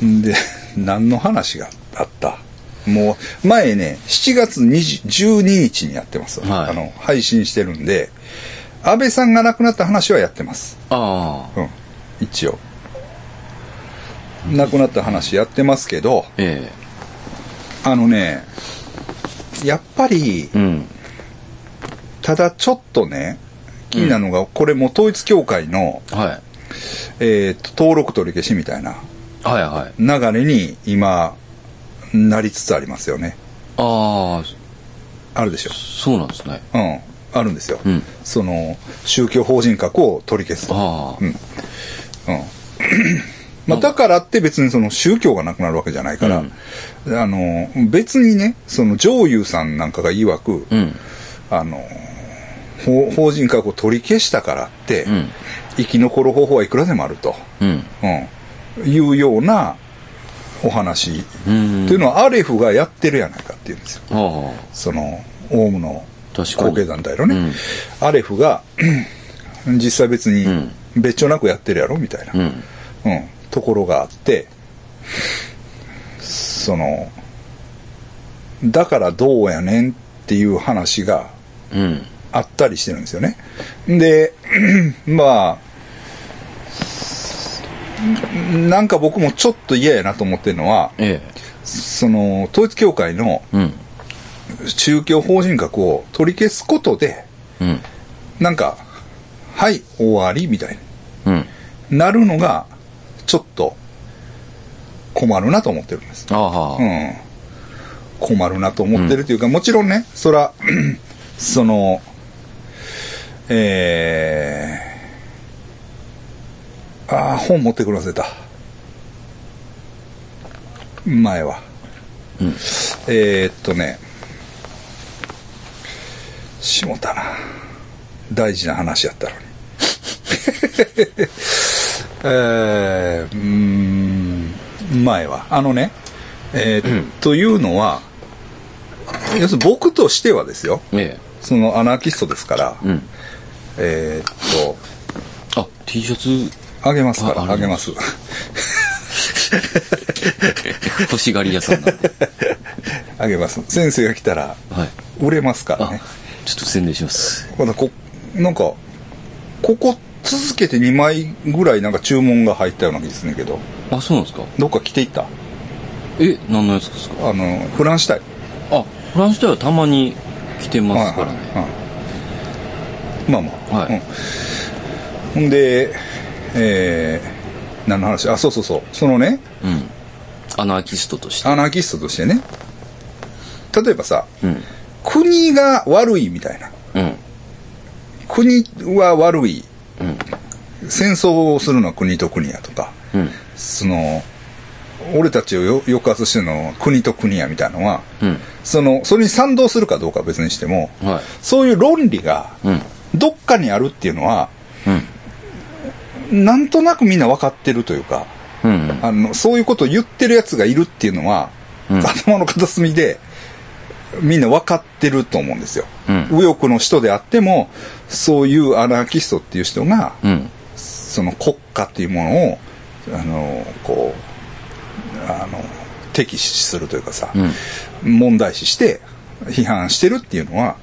S1: うん。で、何の話があったもう、前ね、7月20 12日にやってます、
S2: はい
S1: あの、配信してるんで、安倍さんが亡くなった話はやってます。
S2: ああ、
S1: うん。一応。亡くなった話やってますけど、
S2: え
S1: あのね、やっぱり
S2: え、うん。
S1: ただちょっとね、気になるのが、これも統一教会の、
S2: はい。
S1: えーと登録取り消しみたいな
S2: はいはい。
S1: 流れに今なりつつありますよね
S2: ああ、
S1: あるでしょ
S2: そうなんですね。
S1: うんあるんですよ、
S2: うん
S1: その宗教法人格を取り消す
S2: ああ、
S1: うんまあ、だからって別にその宗教がなくなるわけじゃないから、あの別にねその上優さんなんかが曰く、
S2: うん。
S1: あの法法人格を取り消したからって、
S2: うん
S1: 生き残る方法はいくらでもあると、
S2: うん。
S1: うん、いうようなお話
S2: うん。
S1: というのはアレフがやってるやないかっていうんですよ。
S2: あ
S1: その、オウムの
S2: 確かに
S1: 後継団体のね、
S2: うん
S1: アレフが、 *clears throat* うん実際別に
S2: うん
S1: 別調なくやってるやろみたいな、
S2: あ、うん。
S1: うんところがあって、その、だからどうやねんっていう話が
S2: うん。
S1: あったりしてるんですよね。で、 *clears throat* まあ、なんか僕もちょっと嫌やなと思ってるのは、
S2: え
S1: その、統一教会の
S2: え。うん。
S1: 宗教法人格を取り消すことで、
S2: うん。
S1: なんか、はい、終わりみたい
S2: うん。
S1: になるのが、ちょっと、困るなと思ってるんです。
S2: あ
S1: う
S2: あ、
S1: ん。困るなと思ってるというか、もちろんね、そら、 *clears throat* その、えー、ああ、本持ってくるの忘れた。前は。
S2: うん
S1: えー、っとね、しもたな。大事な話やったのに。 *laughs* えー、うーん、前は。あのね、えーというのは、要するに僕としてはですよ、
S2: ええ。
S1: そのアナーキストですから、
S2: うん。
S1: えーっ
S2: あ、T シャツ
S1: と、あげますから、
S2: あ
S1: あげます。
S2: 欲しがり屋さんな
S1: *laughs*
S2: んで。
S1: あげます。先生が来たら、
S2: はい。
S1: 売れますか
S2: あ
S1: らね。、
S2: ちょっと宣伝します。
S1: まだこ、なんか、ここ続けて2枚ぐらいなんか注文が入ったような気ですねんけど、
S2: あ、そうなんですか
S1: どっか来ていった
S2: え、何のやつですか
S1: あの、フランス対。
S2: あ、フランスではたまに来てますからね。
S1: はいはいはいまあまあ、
S2: はい
S1: うんほんでえー、何の話あそうそうそうそのね
S2: うん。アナーキストとして。
S1: アナーキストとしてね例えばさ
S2: うん。
S1: 国が悪いみたいな
S2: うん。
S1: 国は悪い
S2: うん。
S1: 戦争をするのは国と国やとか
S2: うん。
S1: その俺たちをよ抑圧してるのは国と国やみたいなのは
S2: うん。
S1: そのそれに賛同するかどうかは別にしても
S2: はい。
S1: そういう論理が
S2: うん。
S1: どっかにあるっていうのは
S2: うん。
S1: なんとなくみんな分かってるというか、
S2: うん。
S1: あの、そういうことを言ってる奴がいるっていうのは、
S2: うん
S1: 頭の片隅で、みんな分かってると思うんですよ。
S2: うん
S1: 右翼の人であっても、そういうアナーキストっていう人が、
S2: うん。
S1: その国家っていうものを、あの、こう、あの、敵視するというかさ、
S2: うん。
S1: 問題視して、批判してるっていうのは、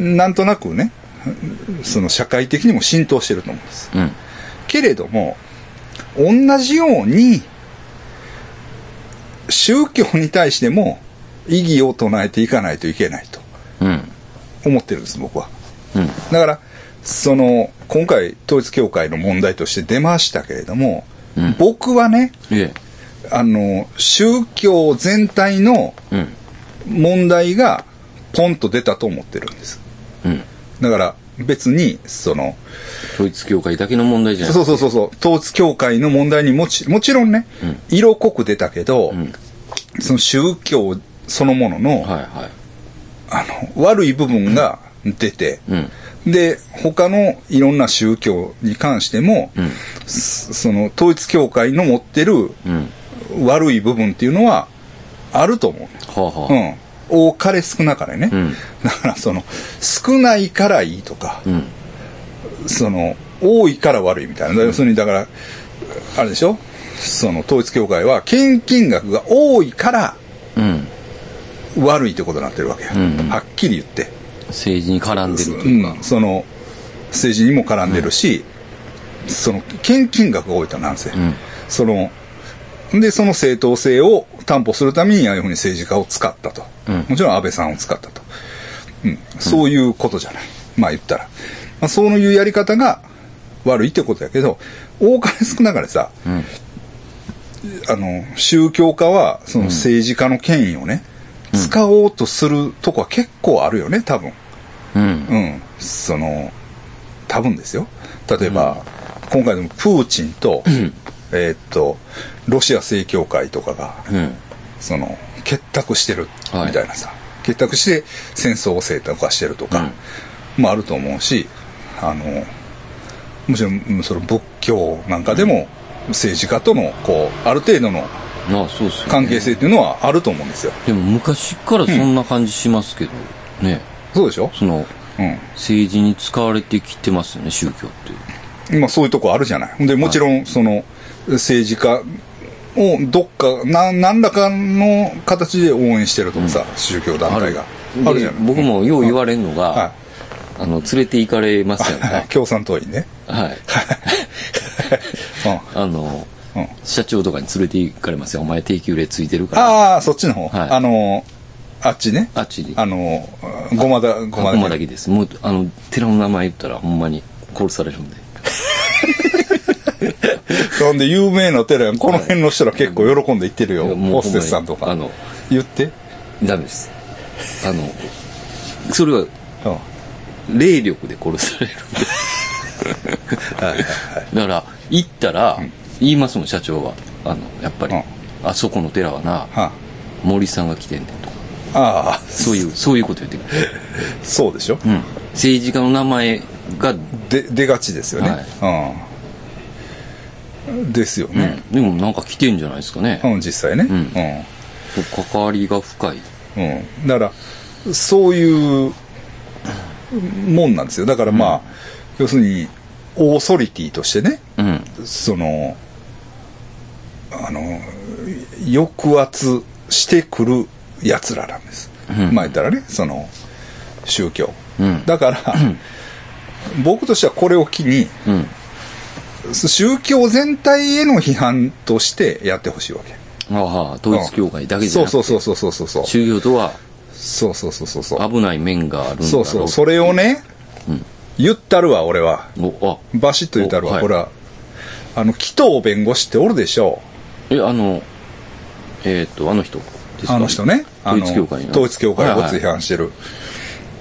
S2: うん。
S1: なんとなくね、その社会的にも浸透してると思うんです。
S2: うん。
S1: けれども同じように宗教に対しても意義を唱えていかないといけないと
S2: うん。
S1: 思ってるんです、僕は。
S2: うん。
S1: だから、その、今回、統一教会の問題として出ましたけれども、
S2: うん
S1: 僕はね、
S2: え
S1: あの、宗教全体の
S2: え。うん。
S1: 問題が、ポンと出たと思ってるんです。
S2: うん。
S1: だから、別に、その、
S2: 統一教会だけの問題じゃない。
S1: そうそうそうそう、統一教会の問題にもち、もちろんね、色濃く出たけど、
S2: ん
S1: その宗教そのものの、
S2: はいは
S1: あの、悪い部分が出て、
S2: い。うん。
S1: で、他のいろんな宗教に関しても、
S2: うん。
S1: そその統一教会の持ってる
S2: うん。
S1: 悪い部分っていうのはあると思
S2: はあ
S1: う。う
S2: は
S1: ん。多かれ少なかれね。
S2: うん
S1: だからその、少ないからいいとか
S2: あ。う、ん。
S1: その、多いから悪いみたいな。だから要するにだから、あれでしょその統一教会は献金額が多いから
S2: うん。
S1: 悪いってことになってるわけよ。
S2: うんうん
S1: はっきり言って。
S2: 政治に絡んでるというか
S1: うん、。その政治にも絡んでるし、その献金額が多いとなんせ、
S2: ん
S1: そのでその正当性を担保するためにああいうふうに政治家を使ったと、
S2: うん
S1: もちろん安倍さんを使ったと、うん、そういうことじゃない、まあ言ったら、まあ、そういうやり方が悪いってことやけど多かれ少なかれさ、
S2: ん
S1: あの宗教家はその政治家の権威をね、使おうとするとこは結構あるよね多分、
S2: うん。
S1: うん、その多分ですよ例えば、今回でもプーチンと、えーっとロシア正教会とかが
S2: うん。
S1: その結託してる
S2: はい
S1: みたいなさ、結託して戦争を正当化してるとか、もあると思うしあのもちろんうんその仏教なんかでも政治家とのこうある程度の
S2: まあそうっすよね。
S1: 関係性っていうのはあると思うんですよ
S2: でも昔からそんな感じしますけど、ね。
S1: そうでしょ、
S2: その、
S1: うん、
S2: 政治に使われてきてますよね、宗教って。
S1: まあそういうとこあるじゃない。で、もちろん、その、政治家をどっか、な、何らかの形で応援してるとかさ、宗教団体が。あるじゃない。
S2: で僕もよう言われるのが、
S1: は
S2: あの、連れて行かれますよ
S1: い。
S2: ね。
S1: *laughs* 共産党員
S2: *laughs*
S1: ね。
S2: はい。あの、
S1: うん。うん。
S2: 社長とかに連れて行かれますよ。お前定休令ついてるから。あ
S1: ああ、そっちの方。
S2: はい
S1: あの、あっちね。
S2: っちで。
S1: あの、ごまだ、ごま
S2: ごま
S1: だ
S2: だ
S1: け。
S2: けです。もう、あの、寺の名前言ったらほんまに殺されるんで。
S1: そんで、有名な寺やんこの辺の人ら結構喜んで行ってる
S2: いや
S1: よ。
S2: も
S1: ホ
S2: う
S1: ステスさんとか。
S2: ほんまに
S1: 言って。
S2: ダメです。あの、それは
S1: うん。
S2: 霊力で殺されるんで。だから、行ったら、言いますもん、社長は。あの、やっぱり
S1: うん、
S2: あそこの寺はな、
S1: は
S2: 森さんが来てんねんとか、
S1: あああ、
S2: そういう、そういうこと言ってくる。
S1: そうでしょ
S2: う。ん。政治家の名前が、
S1: で、出がちですよね。うん。ですよ
S2: う
S1: ね。
S2: ん。でもなんか来てんじゃないですかね。
S1: うん、実際ね。
S2: 関わりが深い。
S1: うん。うん。だから、そういうもんなんですよ。だからまあ、要するに、オーソリティとしてね、
S2: うん。
S1: その、あの、抑圧してくる奴らなんです。
S2: うん
S1: まあ言ったらね、その、宗教。
S2: うん。
S1: だから、僕としてはこれを機に、
S2: うん。
S1: 宗教全体への批判としてやってほしいわけ。
S2: ああ、統一教会だけじゃ
S1: そう
S2: なくて、
S1: そうそうそうそうそうそう。
S2: 宗教とは
S1: そうそうそうそうそう。
S2: 危ない面があるんだろう。
S1: そうそう。それをね、言ったるわ、俺は。
S2: おあ、
S1: バシッと言ったる
S2: お
S1: わ、
S2: はい
S1: これは。あの、紀藤弁護士っておるでしょ
S2: え、あの、えーっ、と、あの人です
S1: う。
S2: か
S1: あの人ね。あの
S2: 統一教会の。
S1: 統一教会を
S2: はい
S1: 批
S2: はい
S1: 判してる。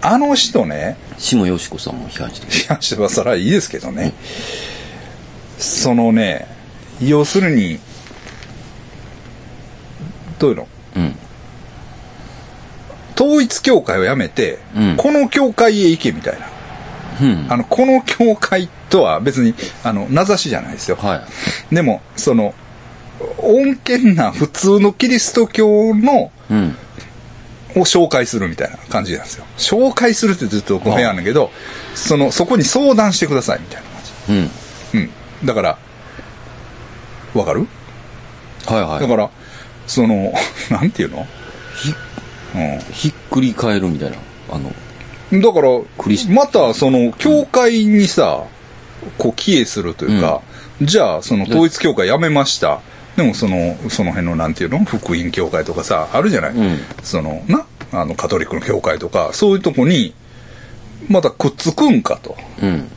S1: あの人ね、
S2: 下よしこさんも批判してる。
S1: 批判してばさらいいですけどね。そのね、要するに、どういうの
S2: うん。
S1: 統一教会をやめて、
S2: うん
S1: この教会へ行けみたいな。
S2: うん。
S1: あの、この教会とは別に、あの、名指しじゃないですよ。
S2: はい。
S1: でも、その、穏健な普通のキリスト教の、
S2: うん。
S1: を紹介するみたいな感じなんですよ。紹介するってずっと語弊あるんだけど、その、そこに相談してくださいみたいな感
S2: うん。
S1: じ。うん。だから、わかる、
S2: はいはい。
S1: だから、その、 *laughs* なんていうのうん。
S2: ひっくり返るみたいな。あの、
S1: だから
S2: クリス、
S1: またその、教会にさ、こう、帰依するというか、じゃあ、その、統一教会やめました。でもそのその辺のなんていうの福音教会とかさあるじゃない、
S2: ん
S1: そのなあのカトリックの教会とかそういうとこにまたくっつくんかと
S2: うん。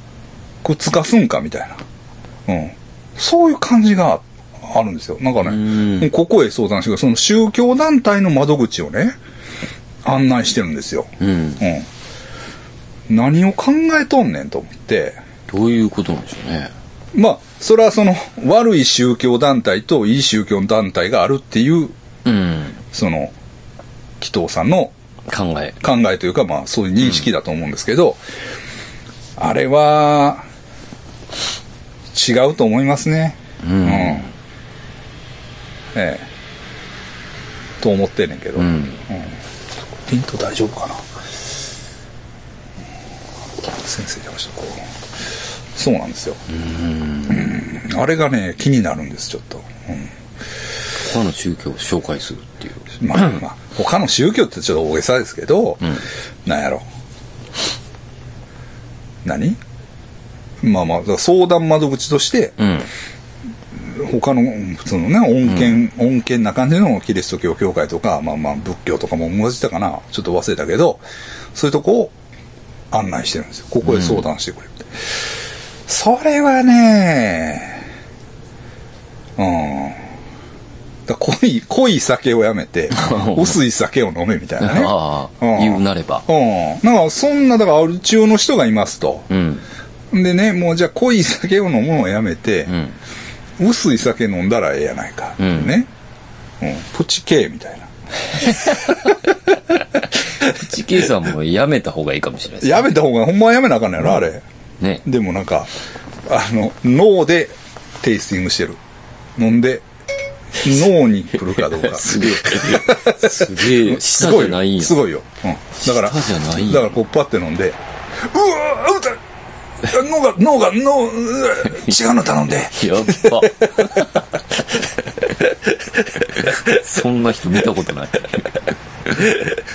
S1: くっつかすんかみたいな、うん、そういう感じがあるんですよなんか
S2: うん
S1: ねここへ相談してくださいその宗教団体の窓口をね案内してるんですよ、
S2: うん。
S1: うん、何を考えとんねんと思って
S2: どういうことなんでしょうね。
S1: まあそれはその悪い宗教団体といい宗教団体があるっていう
S2: うん。
S1: その紀藤さんの
S2: 考え。
S1: 考えというかまあそういう認識だと思うんですけど、あれは違うと思いますね
S2: う
S1: うん、
S2: ん。
S1: ええと思ってんねんけど、
S2: うん。
S1: ヒント大丈夫かな先生出ましたこうそうなんですようんあれがね気になるんですちょっと、
S2: 他の宗教を紹介するっていう。
S1: うん、まあまあ他の宗教ってちょっと大げさですけど、なんやろ何まあまあだから相談窓口として
S2: うん。
S1: 他の普通のね穏健、穏健な感じのキリスト教教会とかまあまあ仏教とかも同じだかなちょっと忘れたけどそういうとこを案内してるんですよここへ相談してくれって、それはねうんだから濃い濃い酒をやめ
S2: *laughs*
S1: て薄い酒を飲めみたいなね
S2: ああ、
S1: うん
S2: 言うなれば。
S1: うんなんかそんなだからアル中の人がいますと
S2: うん。
S1: でねもうじゃあ濃い酒を飲むのをやめて、
S2: うん。
S1: 薄い酒飲んだらええやないか、
S2: うん
S1: ね、うん、プチ系みたいな
S2: チキンさんもやめた方がいいかもしれないです
S1: やめた方がほんまはやめなあかんのやろあれ
S2: ね。
S1: でもなんかあの脳でテイスティングしてる飲んで脳に来るかどうか
S2: すげえ。すげえ。
S1: す
S2: 舌
S1: ご
S2: じ
S1: い
S2: ゃないん
S1: よ
S2: や。
S1: すごいよ、うん、だから
S2: 舌じゃないんや
S1: だからこうパッて飲んでうわーうた脳が脳が脳うわ違うの頼んで
S2: やっば。そんな人見たことない。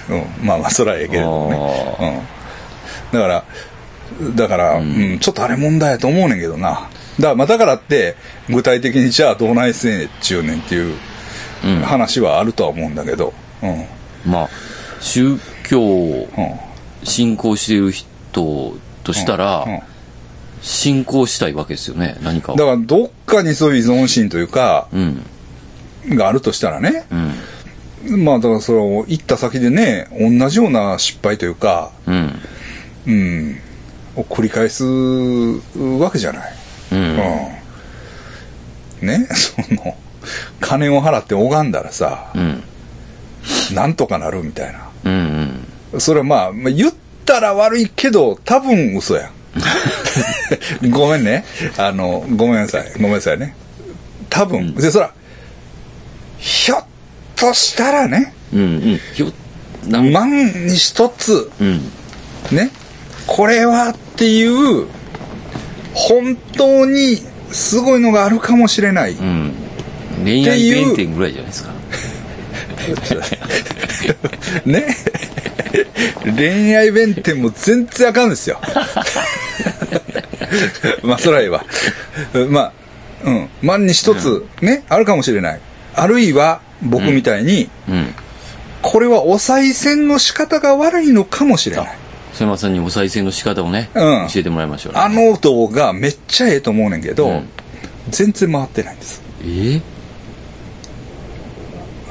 S1: うん、まあまあそれはええけれどね、うん、だからだから、うんちょっとあれ問題やと思うねんけどなだから,、まあ、だからって具体的にじゃあどうないせねっちゅうねんっていう
S2: うん
S1: 話はあるとは思うんだけど、うんうん
S2: まあ、宗教を信仰している人としたら、
S1: うん
S2: 信仰したいわけですよね、何かを
S1: だ。からどっかにそういう依存心というか
S2: うん。
S1: があるとしたらね、
S2: うん。
S1: まあだからそれを行った先でね同じような失敗というか、
S2: うん。
S1: うん、を繰り返すわけじゃない。
S2: うん。
S1: うん、ね *laughs* その金を払って拝んだらさ
S2: うん。
S1: なんとかなるみたいな
S2: うん。うん。
S1: それはまあ、まあ、言ったら悪いけど多分嘘や *laughs* ごめんねあのごめんなさいごめんなさいね多分、でそらひょっとしたらね
S2: うん。うん。ひょ、なん
S1: 万に一つ
S2: うん。
S1: ねこれはっていう本当にすごいのがあるかもしれない、
S2: うん。恋愛弁天ぐらいじゃないですか。
S1: ね恋愛弁天も全然あかんですよ *laughs* まあそらええわまあうん万に一つね、あるかもしれないあるいは僕みたいに、
S2: うん。
S1: これはお賽銭の仕方が悪いのかもしれない
S2: 瀬山さんにお賽銭の仕方をね、
S1: うん
S2: 教えてもらいましょう。
S1: あの動画めっちゃええと思うねんけど、
S2: うん
S1: 全然回ってないんです
S2: え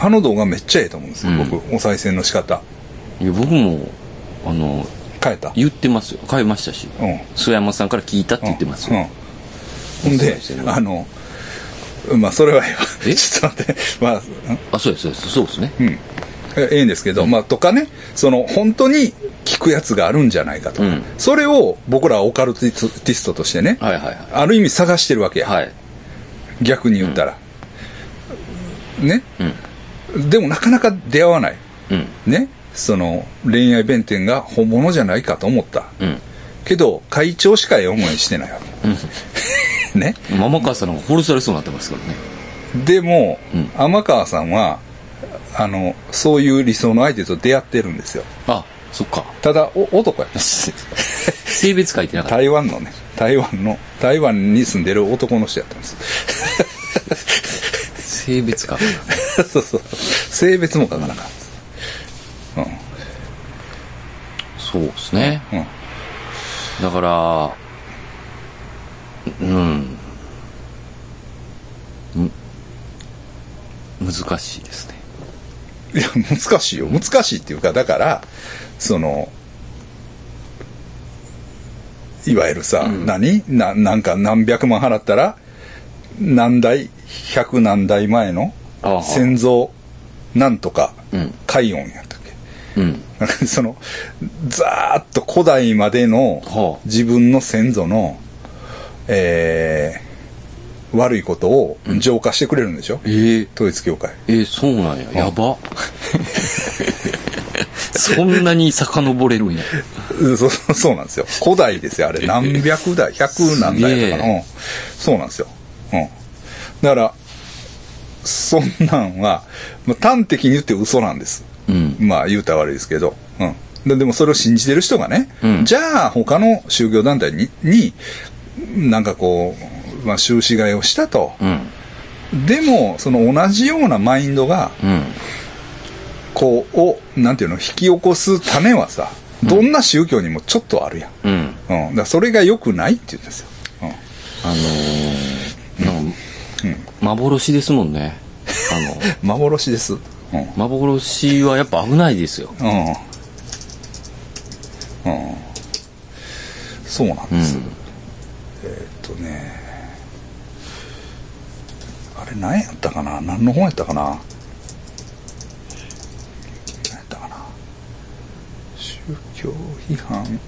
S1: あの動画めっちゃええと思うんですよ、
S2: うん
S1: 僕お賽銭の仕方
S2: いや僕も、あの、
S1: 変えた
S2: 言ってますよ。変えましたし。
S1: うん
S2: 須山さんから聞いたって言ってますよ。
S1: うん、ほんで
S2: そうですよね
S1: あのまあそれはええわ *laughs*
S2: え
S1: ちょっと待ってまあ
S2: あ、そうです、そうです。そうですね。
S1: うんえええんですけど、まあとかねその本当に聞くやつがあるんじゃないかと、
S2: うん
S1: それを僕らはオカルティスティストとしてね、
S2: はいはいは
S1: ある意味探してるわけや、
S2: い。はい。
S1: 逆に言ったら、ね
S2: うん。
S1: でもなかなか出会わない
S2: うん。
S1: ねその恋愛弁天が本物じゃないかと思った
S2: うん。
S1: けど会長しかええ思いしてないわけ、 *laughs* ね
S2: ママ母さんの方が殺されそうになってますからね。
S1: でも、
S2: うん
S1: 天川さんはあのそういう理想の相手と出会ってるんですよ
S2: あ、そっ
S1: *laughs*
S2: か。
S1: ただお男や
S2: 性別書いてなかっ
S1: 台湾のね台湾の台湾に住んでる男の人やったんです
S2: た。性別か。
S1: *laughs* そうそう。性別も書かなかった。うん。
S2: そうですね。
S1: うん。
S2: だから、うん。む難しいですね。
S1: いや、難しいよ。難しいっていうか、だから、その、いわゆるさ、何な、なんか何百万払ったら、何代、百何代前の
S2: ああ
S1: 先祖、なんとか
S2: うん、
S1: 海音やったっけ。
S2: うん。
S1: なんかその、ざーっと古代まで
S2: は
S1: の
S2: あ
S1: 自分の先祖の、えー、悪いことを浄化してくれるんでしょ、
S2: ええ
S1: 統一教会。
S2: えーそうなんや。やば。そんなに遡れるんや。
S1: うんそう *laughs* そうそうなんですよ。古代ですよ、あれ。何百代、百何代だったか
S2: すげ
S1: な。うんそうなんですよ。うん。だから、そんなんは、まあ、端的に言って嘘なんです。
S2: うん。
S1: まあ、言うたら悪いですけど。うん。ででも、それを信じてる人がね、
S2: うん
S1: じゃあ、他の宗教団体に、に、なんかこう、まあ、収支買いをしたと。
S2: うん。
S1: でも、その同じようなマインドが、
S2: うん。
S1: こう、を、なんていうの、引き起こす種はさ、どんな宗教にもちょっとあるやん
S2: うん。
S1: うん、だからそれが良くないって言うんですよ。うん、
S2: あのーなんか幻ですもんね。あの、
S1: 幻です。うん。うん。
S2: 幻はやっぱ危ないですよ。
S1: うん。そうなんです。
S2: うん
S1: えーっとね、あれ何やったかな何の本やったかな何やったかな宗教批判。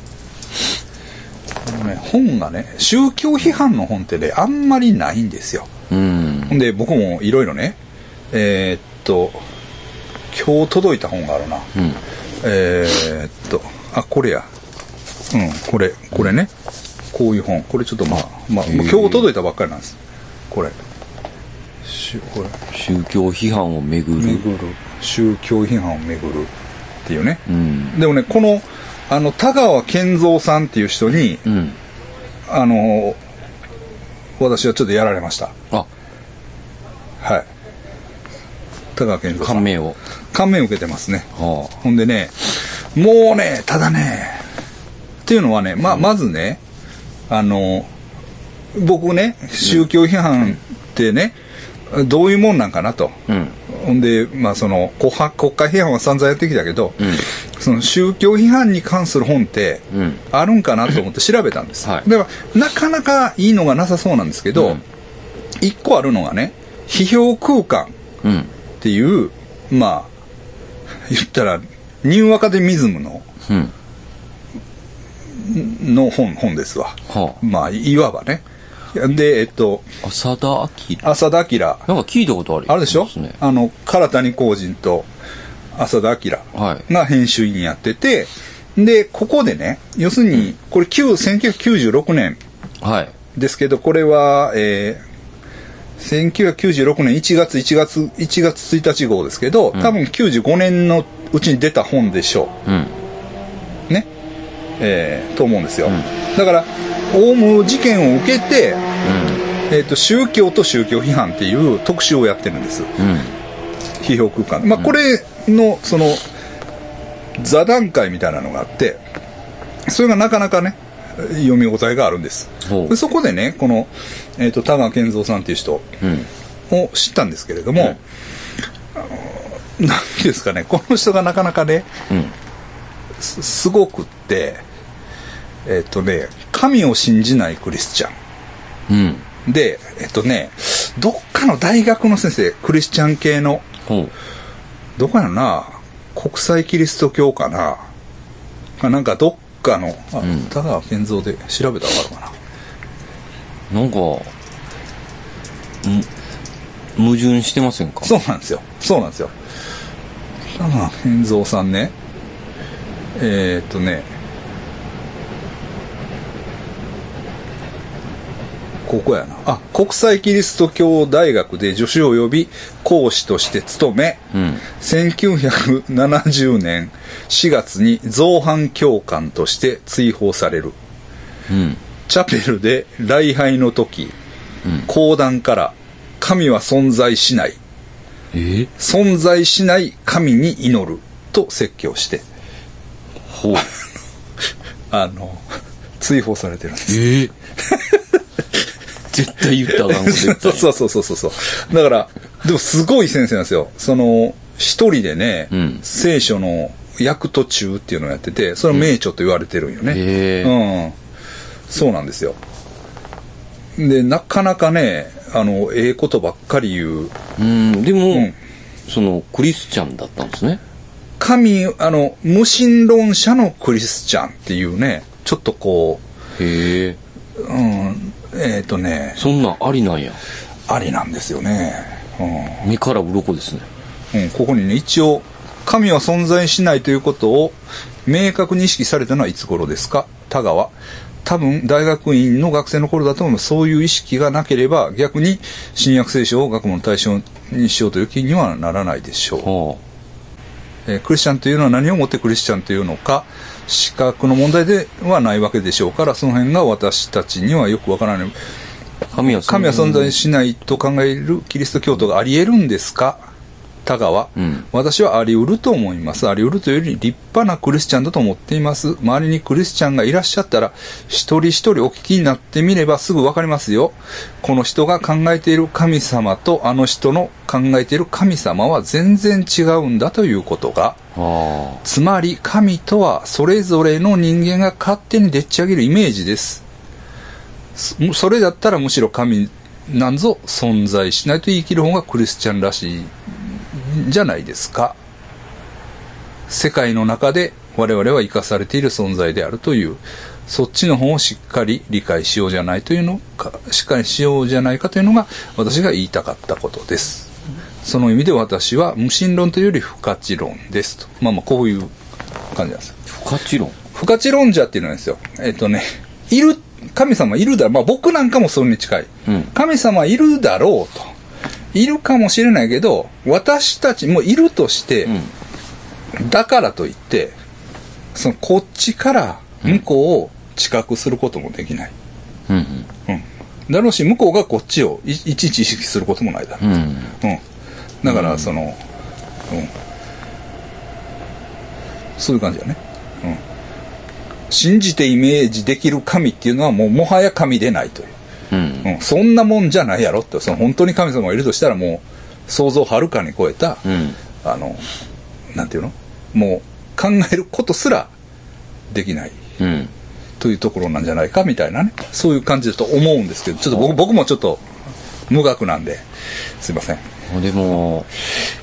S1: えーあのね、本がね、宗教批判の本ってね、あんまりないんですよ。
S2: うん。
S1: ほんで、僕もいろいろね、えーっと、今日届いた本があるな。
S2: うん。
S1: えーっと、あ、これや。うん、これ、これね。こういう本。これちょっとまあ、まあ、
S2: へー
S1: もう今日届いたばっかりなんです。これ。しこれ。
S2: 宗教批判をめぐる。
S1: 巡る。宗教批判をめぐる。っていうね。
S2: うん。
S1: でもね、この、あの、田川健三さんっていう人に、
S2: うん。
S1: あの、私はちょっとやられました。
S2: あ、
S1: はい。田川健三さん。
S2: 感銘を。
S1: 感銘を受けてますね。
S2: はあ。
S1: ほんでね、もうね、ただね、っていうのはね、まあ、まずね、あの、僕ね、宗教批判ってね、どういうもんなんかなと。
S2: うん。
S1: ほんで、まあ、その、国派国会批判は散々やってきたけど、その宗教批判に関する本って、
S2: うん
S1: あるんかなと思って調べたんです。
S2: はい
S1: だから、なかなかいいのがなさそうなんですけ
S2: う
S1: ど
S2: ん、
S1: 一、個あるのがね、批評空間。
S2: うん。
S1: っていうまあ *laughs* 言ったらニューアカデミズムの
S2: うん。
S1: の本本ですわ
S2: は
S1: まあいわばねでえっと
S2: あ。浅田明。
S1: 浅田明
S2: なんか聞いたことあるよ
S1: あるでしょ
S2: すね
S1: あの唐谷公人と浅田明
S2: はい
S1: が編集員やっててでここでね要するにこれ旧1996年
S2: はい。
S1: ですけど、これは、えー、1996年1月、1月、1月1日号ですけど、多分95年のうちに出た本でしょ
S2: うん。
S1: う。ね。えーと思うんですよ。
S2: うん
S1: だから、オウム事件を受けて、
S2: う
S1: えっ、と、宗教と宗教批判っていう特集をやってるんです。
S2: ん。
S1: 批評空間。まあ、これの、その、座談会みたいなのがあって、それがなかなかね、読み応えがあるんです。
S2: ほう
S1: でそこでね、この、えっ、と、田川健三さんっていう人
S2: うん。うん。
S1: を知ったんですけれども、何、なんていうんですかね、この人がなかなかね、
S2: うん。
S1: すすごくって、えっ、とね、神を信じないクリスチャン。
S2: うん。
S1: で、えっ、とね、どっかの大学の先生、クリスチャン系の、
S2: ほう。
S1: どこやろな国際キリスト教かなあなんかどっかの、あ
S2: ん
S1: 田川健三で調べたらわかるかな。
S2: なんか、ん矛盾してませんか
S1: そうなんですよ。そうなんですよ。田川健三さんね、えー、っとね、ここやな。あ、国際キリスト教大学で助手を呼び、講師として勤め、
S2: うん。
S1: 1970年4月に造反教官として追放される。
S2: うん。
S1: チャペルで礼拝の時、
S2: うん
S1: 講談から神は存在しない。
S2: え
S1: 存在しない神に祈る。と説教して、
S2: ほう。
S1: *laughs* あの、追放されてるんです。
S2: え *laughs* え絶対言ったらあかんこと言っ
S1: そ
S2: た
S1: う
S2: ら。
S1: *laughs* そうそうそうそう。だから、でもすごい先生なんですよ。その、一人でね、
S2: うん
S1: 聖書の訳途中っていうのをやってて、それを名著と言われてるんよね。
S2: へ
S1: うん。そうなんですよ。で、なかなかね、あの、ええことばっかり言う。
S2: うん、でも、
S1: ん
S2: その、クリスチャンだったんですね。
S1: 神、あの、無神論者のクリスチャンっていうね、ちょっとこ
S2: へ
S1: う、
S2: え。
S1: うん、えっ、とね、
S2: そんなんありなんや。
S1: ありなんですよね。うん。
S2: 目から鱗ですね。
S1: うん、ここにね、一応、神は存在しないということを明確に意識されたのはいつ頃ですか田川。多分、大学院の学生の頃だと思う。そういう意識がなければ、逆に新約聖書を学問の対象にしようという気にはならないでしょう。
S2: は
S1: えークリスチャンというのは何をもってクリスチャンというのか、資格の問題ではないわけでしょうから、その辺が私たちにはよくわからない。
S2: あ。神は存在
S1: 神は存在しないと考えるキリスト教徒があり得るんですか田川、
S2: うん
S1: 私はあり得ると思います。あり得るというより立派なクリスチャンだと思っています。周りにクリスチャンがいらっしゃったら、一人一人お聞きになってみればすぐわかりますよ。この人が考えている神様とあの人の考えている神様は全然違うんだということが。
S2: は
S1: つまり神とはそれぞれの人間が勝手にでっち上げるイメージです。そそれだったらむしろ神なんぞ存在しないと言い切る方がクリスチャンらしいんじゃないですか。世界の中で我々は生かされている存在であるという、そっちの方をしっかり理解しようじゃないというのか、しっかりしようじゃないかというのが私が言いたかったことです。その意味で私は無神論というより不可知論ですと。まあまあこういう感じなんですよ。
S2: あ。不可知論。
S1: 不可知論者っていうのはですよ。えっ、とね、いる、神様いるだろう。まあ僕なんかもそれに近い。
S2: うん
S1: 神様いるだろうと。いるかもしれないけど、私たちもいるとして、
S2: うん。
S1: だからといって、そのこっちから向こうを知覚することもできない。
S2: うん。
S1: うん。だろうし、向こうがこっちをいいちいち意識することもないだろう。
S2: うん。うん
S1: うん、だからその、うんそういう感じだね、うん、信じてイメージできる神っていうのはもうもはや神でないという、
S2: うん。
S1: うん、そんなもんじゃないやろってその本当に神様がいるとしたらもう想像をはるかに超えた、
S2: うん。
S1: あのなんていうのもう考えることすらできない
S2: うん。
S1: というところなんじゃないかみたいなねそういう感じだと思うんですけどちょっと僕僕もちょっと無学なんですいません
S2: でも、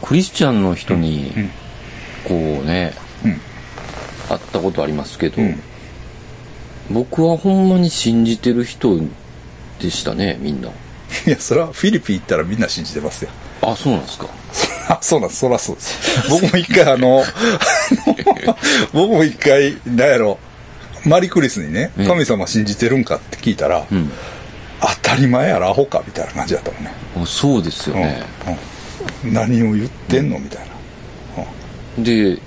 S2: クリスチャンの人に、こうね、
S1: うん
S2: 会ったことありますけど、
S1: ん
S2: 僕はほんまに信じてる人でしたね、みんな。
S1: いや、それはフィリピン行ったらみんな信じてますよ。 *laughs*
S2: あ、そうなんですか。
S1: あ、そうなんです。そらそうです。僕も一回あの、あ *laughs* の僕も一回、なんやろ、マリクリスにね、
S2: うん
S1: 神様信じてるんかって聞いたら、
S2: うん。
S1: 当たり前やろ、アホか、みたいな感じだったもんね。
S2: あそうですよ
S1: うん
S2: ね。
S1: うん何を言ってんのみたいな。
S2: で、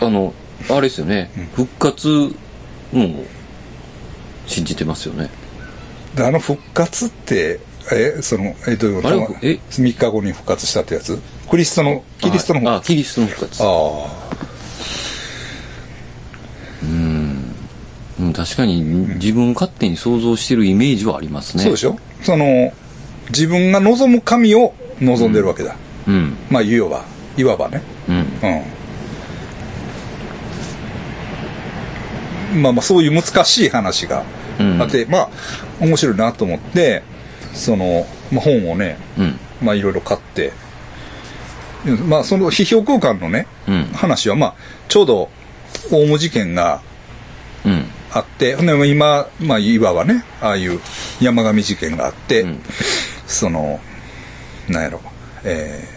S2: あの、あれですよね、復活も信じてますよね。
S1: であの復活って、え、その、え、どういうこと
S2: あれえ
S1: ?3 日後に復活したってやつクリストの、キリストの
S2: あ
S1: 方
S2: あ、キリストの復活。
S1: あ
S2: うん、確かに自分勝手に想像してるイメージはあります
S1: あ、
S2: ね。
S1: そうでしょその、自分が望む神を望んでるわけだ。
S2: うん。
S1: まあ、いわば、いわばね。
S2: うん。
S1: うん。まあまあ、そういう難しい話が
S2: うん
S1: あって、まあ、面白いなと思って、その、まあ、本をね、
S2: うん。
S1: まあ、いろいろ買って、まあ、その、批評空間のね、
S2: うん
S1: 話は、まあ、ちょうど、オウム事件が
S2: うん。
S1: あって、ほんで今、まあ、いわばね、ああいう山上事件があって、
S2: ん
S1: その、なんやろ、え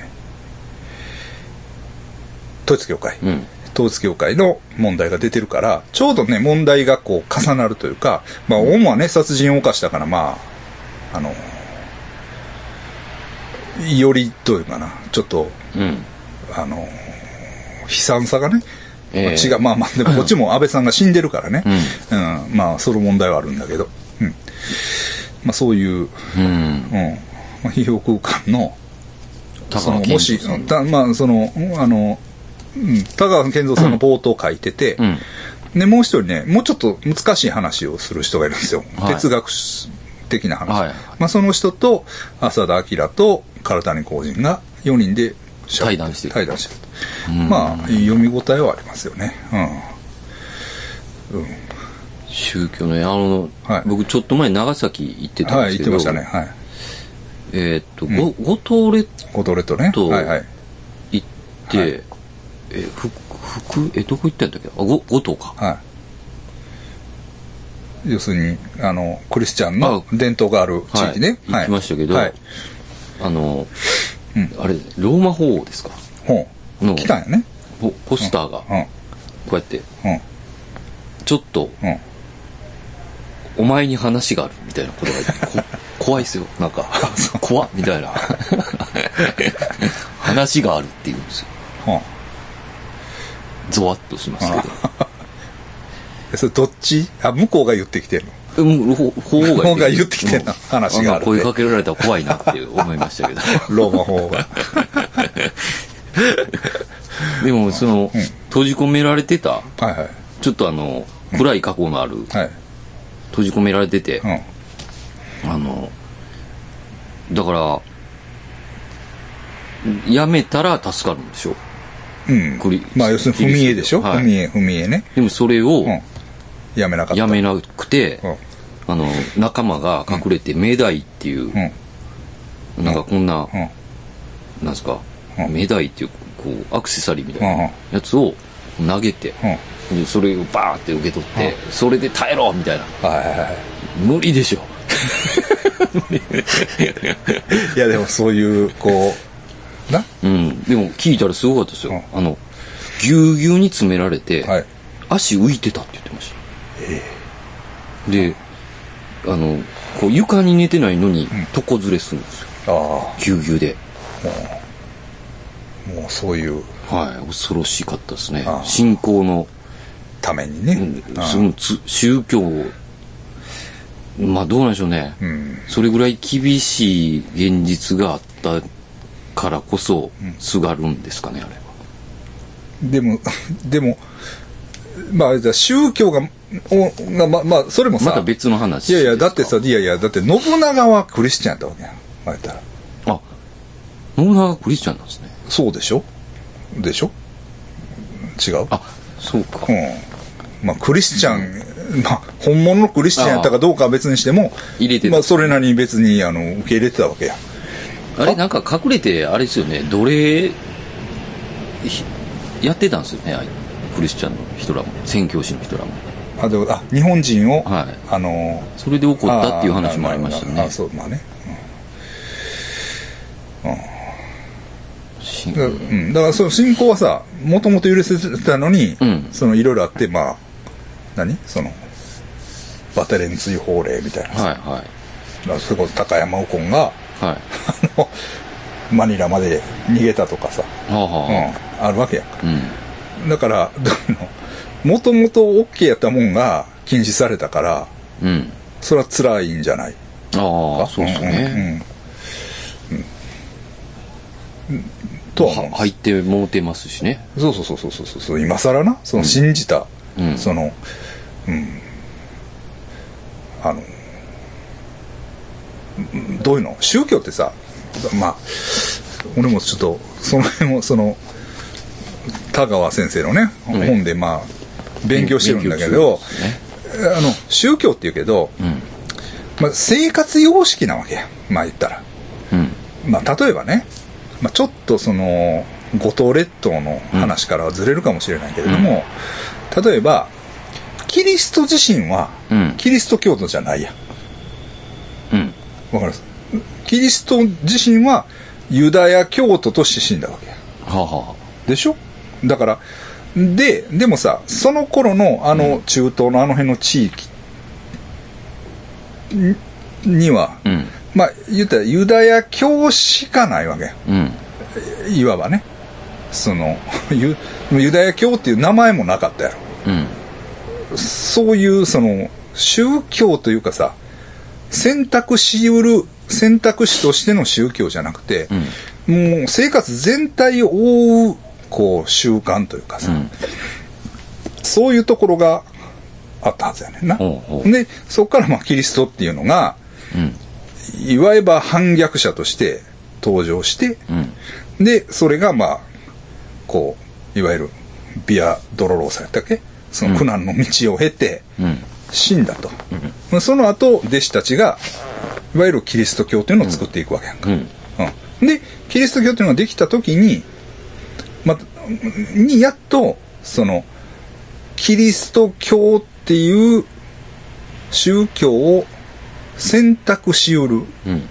S1: ー、統一教会、
S2: うん。
S1: 統一教会の問題が出てるから、ちょうどね、問題がこう重なるというか、まあ、オウムはね、殺人を犯したから、まあ、あの、より、どういうかな、ちょっと、
S2: うん。
S1: あの、悲惨さがね、
S2: ええ
S1: 違う、まあまあ、でもこっちも安倍さんが死んでるからね、
S2: う
S1: うん、まあ、その問題はあるんだけど、うん。まあ、そういう、
S2: うん。
S1: うん、費用空間のそ
S2: 高
S1: の
S2: 野
S1: も
S2: 健
S1: し
S2: 三さ
S1: た
S2: ん。
S1: まあそのあの、うん、高野健三さんの冒頭書いてて、
S2: うん。
S1: でもう一人ねもうちょっと難しい話をする人がいるんですよ、
S2: はい
S1: 哲学的な話、
S2: はいはい
S1: まあ、その人と浅田彰と唐谷浩人が4人でしゃべ
S2: 対談してる
S1: 対談してる
S2: うん
S1: まあ読み応えはありますよね
S2: 宗教の、あの、
S1: はい
S2: 僕ちょっと前長崎行って
S1: うん
S2: たん
S1: は
S2: で
S1: い
S2: す
S1: 言
S2: け
S1: って
S2: ど、
S1: ましたねはい
S2: えーっと、ご五島列
S1: 五島列島ね
S2: と
S1: はいはい
S2: 行って、
S1: はい
S2: え、ふ、ふく、え、どこ行ったんだっけあ、ご、五島か。
S1: はい要するにあのクリスチャンの
S2: あ
S1: 伝統がある地域ね、
S2: はい行きましたけど、
S1: はい、
S2: あの、
S1: うん
S2: あれ、ローマ法王ですか
S1: ほう
S2: の
S1: 来たんやね
S2: ポポスターが、こうやって、
S1: うんうん
S2: ちょっと、
S1: うん
S2: お前に話があるみたいなことがこ *laughs* 怖いですよ。なんか、怖っみたいな。 *laughs* 話があるって言うんですよ。
S1: は
S2: ゾワッとします
S1: あ、それどっちあ向こうが言ってきてるの
S2: けど。もう、ほ法王
S1: 法王が言ってきてんな
S2: うん
S1: 話があるって
S2: んな声かけられたら怖いなって思い
S1: *laughs*
S2: ましたけど。
S1: ローマ法
S2: *laughs*
S1: が
S2: でも、その、閉じ込められてた、
S1: はいはい
S2: ちょっとあの、暗い過去のある、
S1: はい
S2: 閉じ込められてて
S1: う、ん
S2: あの、だから、やめたら助かるんでしょ。
S1: うん
S2: クリ
S1: まあ要するに踏み絵でしょ、
S2: は
S1: 踏
S2: い
S1: み絵踏み絵ね
S2: でもそれを
S1: うんやめなかった
S2: やめなくて、
S1: うん
S2: あの、仲間が隠れて、メダイっていう
S1: う、ん
S2: なんかこんな、
S1: うん
S2: なんですか
S1: う、ん
S2: メダイっていう、こう、アクセサリーみたい
S1: うんう
S2: なんやつを投げて、
S1: うん
S2: でそれをバーって受け取って、それで耐えろみたいな。
S1: はいはいは
S2: 無理でしょ。
S1: いいやでもそういうこうな
S2: うん。でも聞いたらすごかったですよ。
S1: う
S2: あの、ぎゅうぎゅうに詰められて、
S1: はい
S2: 足浮いてたって言ってました。で、あの、こう床に寝てないのに、床ずれするんですよ。
S1: ああも
S2: ぎゅうぎゅうで。
S1: うそういう
S2: はい。恐ろしかったですね
S1: あ。あ
S2: 信仰の、
S1: ためにね、
S2: うん
S1: ああ
S2: そのつ宗教を、まあどうなんでしょうね。
S1: うん
S2: それぐらい厳しい現実があったからこそ、すがるんですかね、あれは。
S1: でも、 *laughs* でも、まあ、じゃあ宗教が、おがま、まあ、それもさ、
S2: また別の話。
S1: いやいや、だってさ、いやいや、だって信長はクリスチャンやったわけやん。まあ、言ったら。
S2: あ、信長クリスチャンなんですね。
S1: そうでしょでしょ違う
S2: あ、そうか。
S1: うん。まあ、クリスチャン、まあ、本物のクリスチャンやったかどうかは別にしても、
S2: 入れてた
S1: まあ、それなりに別に、あの、受け入れてたわけやん。
S2: あれ、なんか隠れて、あれですよね、奴隷、ひやってたんですよね、あいクリスチャンの人らも、宣教師の人らも。
S1: あ、でもあ、日本人を、
S2: はい
S1: あの、
S2: それで怒ったっていう話もありましたよ
S1: あああ
S2: ね
S1: あ。そう、まあね。
S2: し
S1: だうん、だからその信仰はさもともと許せてたのに、
S2: うん
S1: そのいろいろあってまあ何そのバテレン追放令みたいな、だ
S2: はいは
S1: からそれこそ高山右近が *laughs*
S2: い。はい。
S1: あのマニラまで逃げたとかさ、
S2: はあ
S1: うん
S2: はあ。
S1: あるわけやんか
S2: うん。
S1: だからもともと OK やったもんが禁止されたから
S2: うん。
S1: それは辛いんじゃない
S2: ああ、そうですね。
S1: うんうんうんうんとは思う
S2: は入ってもうてますしね。
S1: そうそうそうそうそうそう今更なその信じた、
S2: うん
S1: そのうんあのうんどういうの宗教ってさまあ俺もちょっとその辺もその田川先生のね、
S2: ん
S1: 本でまあ勉強してるんだけ
S2: 勉強
S1: ど、
S2: してるんですね
S1: あの宗教っていうけど、まあ、生活様式なわけやまあ言ったら。
S2: うん。うん。
S1: まあ、例えばね、まあ、ちょっとその五島列島の話からはずれるかもしれないけれども、例えばキリスト自身は
S2: うん
S1: キリスト教徒じゃないやん
S2: うん。
S1: わかりますキリスト自身はユダヤ教徒として死んだわけや
S2: はあは
S1: でしょだからででもさその頃のあの中東のあの辺の地域にには、
S2: あ。うん。
S1: まあ言ったらユダヤ教しかないわけやん
S2: うん。
S1: いわばねその *laughs* ユユダヤ教っていう名前もなかったや
S2: うん。
S1: ろそういうその宗教というかさ選択しうる選択肢としての宗教じゃなくて、
S2: うん
S1: もう生活全体を覆う、こう、習慣というかさ、
S2: うん
S1: そういうところがあったはずやねんな。
S2: ほうほう
S1: で、そこからまあキリストっていうのが、
S2: うん
S1: いわば反逆者として登場して、
S2: うん
S1: で、それがまあ、こう、いわゆるビア・ドロローさんやったっけその苦難の道を経て、
S2: うん
S1: 死んだと。その後、弟子たちが、いわゆるキリスト教というのを作っていくわけやんか。
S2: うん
S1: うんで、キリスト教というのができた時に、ま、にやっと、その、キリスト教っていう宗教を選択しうる
S2: うん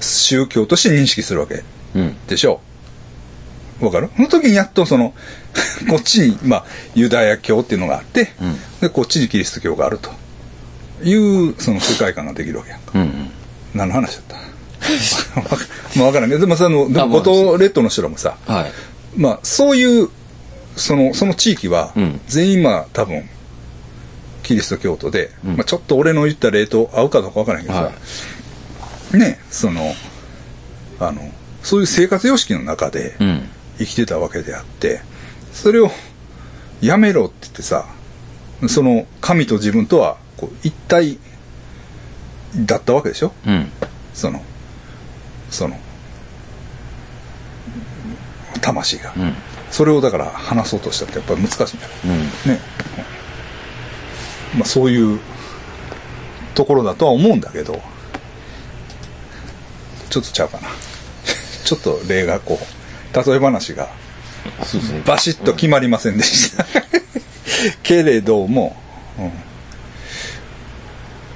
S1: 宗教として認識するわけ
S2: うん
S1: でしょう。わかるその時にやっとその、 *laughs* こっちに、まあ、ユダヤ教っていうのがあって、
S2: うん
S1: で、こっちにキリスト教があるという、その世界観ができるわけやんか。
S2: うんうん
S1: 何の話だった *laughs* わかまあ、わからんけど、でもさ、あの、で
S2: あ
S1: も、
S2: ま
S1: 五
S2: あ
S1: 島列島の人らもさ、
S2: はい
S1: まあ、そういう、その、その地域は
S2: うん、
S1: 全員まあ、多分、キリスト教徒で、
S2: うん
S1: まあ、ちょっと俺の言った例と合うかどうかわからんけどさ、
S2: は
S1: ね、その、あの、そういう生活様式の中で
S2: いうん
S1: 生きてたわけであって、それをやめろって言ってさ、その神と自分とはこう一体だったわけでしょ
S2: うん
S1: その、その、魂が。
S2: うん
S1: それをだから話そうとしたってやっぱり難しいんだよ
S2: うん
S1: ね。まあそういうところだとは思うんだけど、ちょっとちゃうかな。ちょっと例がこう、例え話が
S2: そうですね
S1: バシッと決まりませんでした。けれども、うん、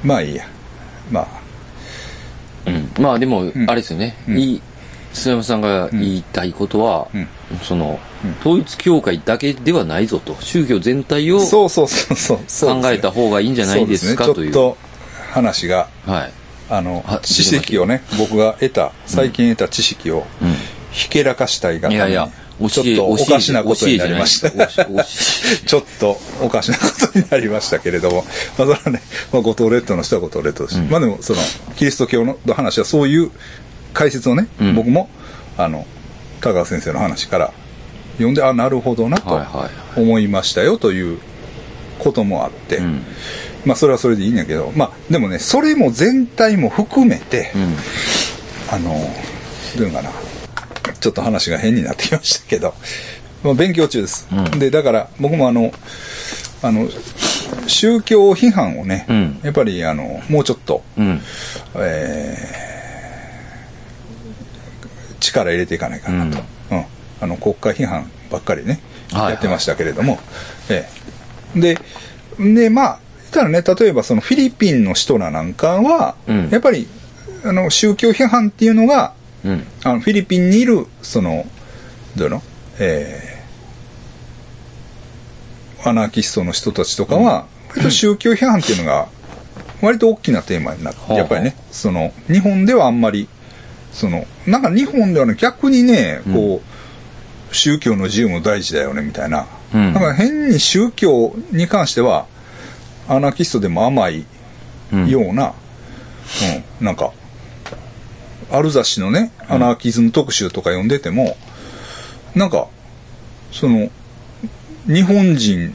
S1: まあいいや。まあ、
S2: うんまあでも、
S1: ん
S2: あれですよね、
S1: うん
S2: いい須山さんが言いたいことは、
S1: うん
S2: その、統一教会だけではないぞと、宗教全体を考
S1: そうそうそうそう。そうです
S2: え
S1: ね
S2: た方がいいんじゃないですか
S1: そう
S2: とい
S1: ね、
S2: う。
S1: ちょっと話が、
S2: はい。
S1: あの
S2: あ、
S1: 知識をね、僕が得た、最近得た知識を、
S2: うん
S1: ひけらかしたいが
S2: い
S1: ため
S2: や
S1: に
S2: いや、
S1: ち
S2: 教
S1: ょっ
S2: え、
S1: とお
S2: 教え
S1: か
S2: じ
S1: し
S2: ゃ
S1: な
S2: ない
S1: ことになりました。
S2: 教え教え
S1: *laughs* ちょっとおかしなことになりましたけれども、まあ、それはね、まあ、五島列島の人は五島列島だし、まあでも、その、キリスト教の話はそういう解説をね、
S2: うん
S1: 僕も、あの、香川先生の話から読んで、あ、なるほどなと
S2: はいはいはい
S1: 思いましたよということもあって、
S2: ん
S1: まあそれはそれでいいんやけど、まあでもね、それも全体も含めて、
S2: うん。
S1: あの、どういうのかな。ちょっと話が変になってきましたけど、まあ、勉強中です、
S2: うん
S1: で、だから僕もあの、あの、宗教批判をね、
S2: うん
S1: やっぱりあの、もうちょっと、
S2: うん。
S1: えー力入れていかないかなと。うん。あの、国家批判ばっかりね、
S2: はいはい
S1: やってましたけれども、ええで、で、まあ、ただね、例えばそのフィリピンの人らなんかは、
S2: うん
S1: やっぱり、あの、宗教批判っていうのが、
S2: うん。
S1: あのフィリピンにいるそのどういうのえーアナーキストの人たちとかは、割と宗教批判っていうのが割と大きなテーマになって、
S2: はあ
S1: やっぱりねその日本ではあんまりそのなんか日本ではね逆にねこう、宗教の自由も大事だよねみたいな、
S2: う
S1: な
S2: ん
S1: んか変に宗教に関してはアナーキストでも甘い
S2: うん
S1: ような、うん、なんか、ある雑誌のね、アナーキズム特集とか読んでても、なんか、その、日本人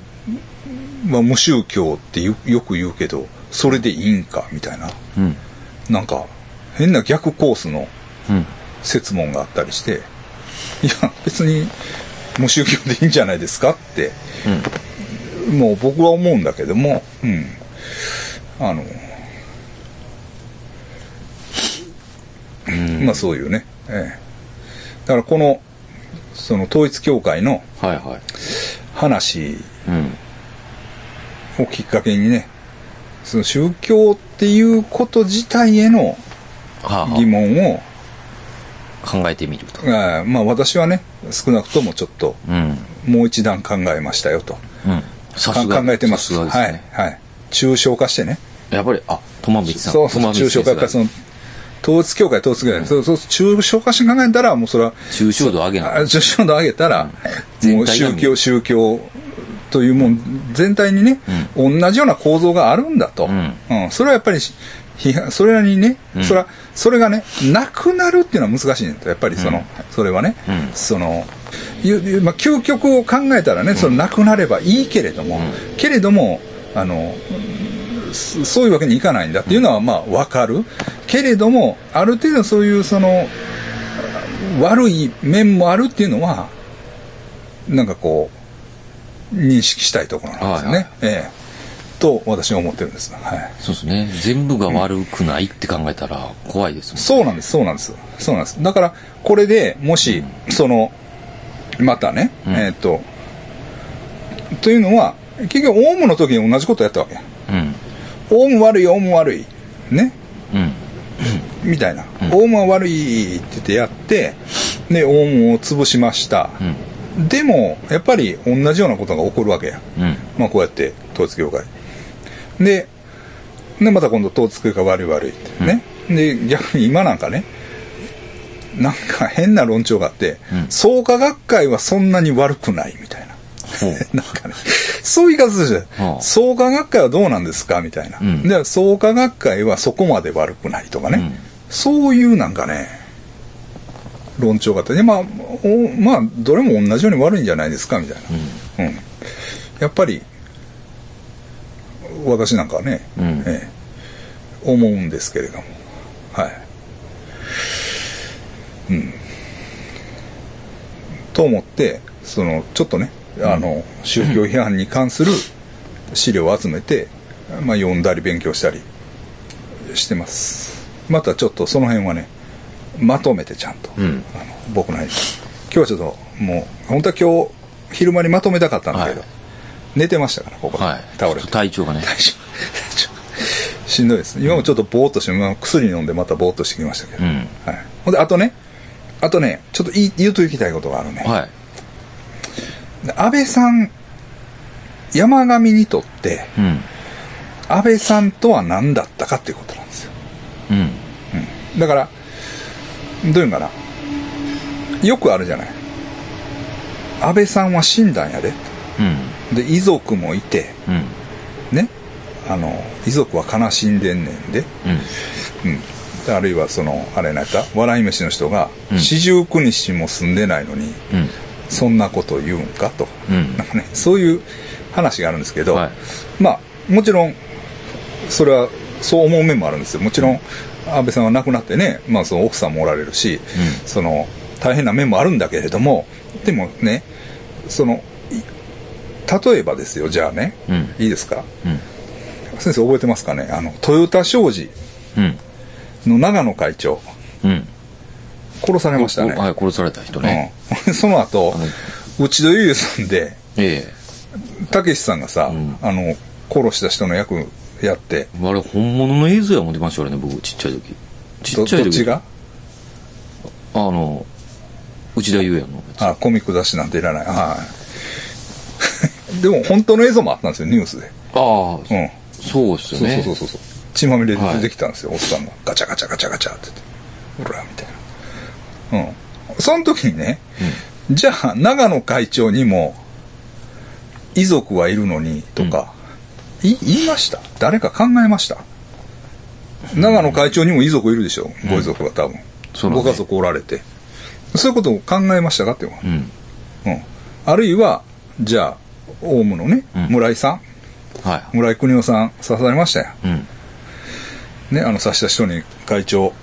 S1: は無宗教ってよよく言うけど、それでいいんか、みたいな。
S2: うん。
S1: なんか、変な逆コースの
S2: うん。
S1: 説問があったりして、いや、別に無宗教でいいんじゃないですかって、もう僕は思うんだけども、うん。あの、まあそういうね。ええ、だからこの、その統一教会の
S2: はいはい。
S1: 話
S2: うん。
S1: をきっかけにね、その宗教っていうこと自体への
S2: は
S1: 疑問を、
S2: あ、考えてみると。
S1: ああまあ私はね、少なくともちょっと
S2: うん。
S1: もう一段考えましたよと。
S2: うん。さ
S1: か
S2: すが。
S1: 考えてます。
S2: さすがですね。
S1: はい。はい。抽象化してね。
S2: やっぱり、あ、友道さん。
S1: そうそう、
S2: 苫光
S1: 抽
S2: 先
S1: 象
S2: 生
S1: 化。やっぱりその、統一教会、統一教会、そうそう、抽象化して考えたら、もうそれは、
S2: 抽象度上げな
S1: あ抽象度上げたら、
S2: うん
S1: もう
S2: 全体が
S1: 宗教、宗教というもん、全体にね、同じような構造があるんだと。
S2: うん
S1: それはやっぱりし、批判それなりにね、
S2: うん
S1: そらそれがねなくなるっていうのは難しいねんとやっぱりその、
S2: うん
S1: それはね、
S2: うん
S1: そのゆゆまあ、究極を考えたらね、そのなくなればいいけれども、
S2: うん
S1: けれどもあのうんそそういうわけにいかないんだっていうのはまあ分かるけれどもある程度そういうその悪い面もあるっていうのはなんかこう認識したいところなんですよね、
S2: はいはい
S1: ええ、と私は思ってるんです、はい、
S2: そうですね。全部が悪くないって考えたら怖いですもん
S1: そうなんです、そうなんです。そうなんです。だから、これでもし、その、またね、
S2: うん
S1: えーっと、というのは、結局、オウムの時に同じことやったわけ。オウム悪い、オウム悪い。ね。
S2: うん。うん。
S1: みたいな。
S2: うん
S1: オウムは悪いって言ってやって、で、オウムを潰しました。
S2: うん。
S1: でも、やっぱり同じようなことが起こるわけや。
S2: うん。
S1: まあ、こうやって、統一教会。で、で、また今度、統一教会悪い悪いってね。で、逆に今なんかね、なんか変な論調があって、
S2: うん
S1: 創価学会はそんなに悪くないみたいな。
S2: ほう。
S1: *laughs* なんかね、そういう言い方するじゃ
S2: は
S1: ん。
S2: あ
S1: 創価学会はどうなんですかみたいな。
S2: うん
S1: で、創価学会はそこまで悪くないとかね。
S2: うん
S1: そういうなんかね、論調があって、でまあ、おまあ、どれも同じように悪いんじゃないですかみたいな。 *laughs* うん、やっぱり私なんかはね、
S2: うん
S1: ええ思うんですけれどもはいうんと思ってそのちょっとねあの宗教批判に関する資料を集めて、まあ、読んだり勉強したりしてますまたちょっとその辺はねまとめてちゃんと、
S2: うん
S1: あの僕なりに今日はちょっともう本当は今日昼間にまとめたかったんだけど、
S2: はい
S1: 寝てましたからここで、
S2: はい。
S1: 倒れ
S2: ちょってと体調がね。
S1: 大丈夫大丈夫しんどいです今もちょっとぼーっとして、まあ、薬飲んでまたぼーっとしてきましたけ
S2: う
S1: ど、
S2: ん。
S1: はい、ほんであとねあとねちょっと言い言うといきたいことがあるね、
S2: はい。
S1: で安倍さん山上にとって
S2: うん。
S1: 安倍さんとは何だったかっていうことなんですよ
S2: うん。
S1: だからどういうんかなよくあるじゃない安倍さんは死んだんやで
S2: うん。
S1: で遺族もいて
S2: うん。
S1: ねあの遺族は悲しんでんねんで、
S2: うん。
S1: うん、あるいはそのあれなんか笑い飯の人が
S2: うん
S1: 四十九日も住んでないのに
S2: うん。
S1: そんなこと言うんかと、
S2: うん
S1: なんかねそういう話があるんですけど、
S2: はい
S1: まあもちろんそれはそう思う面もあるんですよもちろん安倍さんは亡くなってね、まあ、その奥さんもおられるし、
S2: ん
S1: その大変な面もあるんだけれどもでもねそのい例えばですよじゃあね、
S2: うん
S1: いいですか
S2: うん。
S1: 先生覚えてますかねあの豊田商事
S2: うん。
S1: の長野会長
S2: うん。
S1: 殺されましたね、
S2: はい、殺された人ね。
S1: うん、 *laughs* その後
S2: あの
S1: 内田裕也さんで
S2: え
S1: たけしさんがさ、
S2: ん
S1: あの殺した人の役やって
S2: え。あれ、本物の映像や思ってましたよね、僕、ちっちゃい時。ち
S1: ど
S2: っちゃい
S1: ど
S2: 時。
S1: っちが
S2: あの、内田裕也のやつ。
S1: あコミック雑誌なんていらないはい *laughs* でも本当の映像もあったんですよニュースで
S2: ああ、
S1: うん
S2: そうです
S1: そ
S2: よ
S1: う
S2: ね。
S1: そうそうそう血まみれで出てきたんですよ、おっさんがガチャガチャガチャガチャって言って「ほら」みたいなうんその時にね、じゃあ長野会長にも遺族はいるのにとか、い言いました誰か考えました長野会長にも遺族いるでしょ、ご遺族が多分、
S2: そうだね
S1: ご家族おられてそういうことを考えましたかっていうのは
S2: うん。
S1: うんあるいはじゃあオウムのね
S2: うん
S1: 村井さ
S2: は
S1: ん村井邦夫さん刺されましたよ
S2: い。うん。
S1: ね、あの刺した人に会長、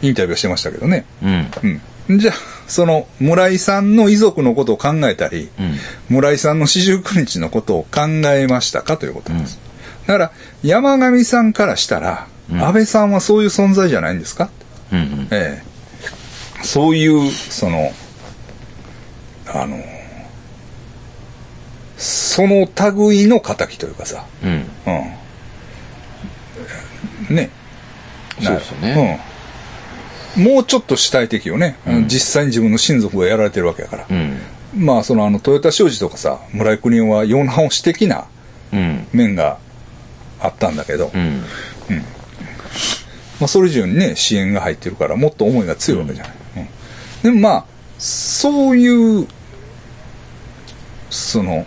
S1: インタビューしてましたけどね。
S2: うん。
S1: うん。じゃあ、その村井さんの遺族のことを考えたり、
S2: うん
S1: 村井さんの四十九日のことを考えましたかということなんです。だから、山上さんからしたら、
S2: うん
S1: 安倍さんはそういう存在じゃないんですか、
S2: うん。
S1: ええ。そういう、その、あの、その類の仇というかさ、
S2: うん。うん。
S1: うん。ね。
S2: そうですよね。
S1: うん。もうちょっと主体的よね。あの実際に自分の親族がやられてるわけだから。
S2: うん。
S1: まあ、その、あの、豊田商事とかさ、村井国夫は世直し的な
S2: うん。
S1: 面があったんだけど、
S2: う
S1: ま
S2: ん。
S1: あ、それ以上にね、支援が入ってるから、もっと思いが強いわけじゃない。うんでもまあ、そういう、その、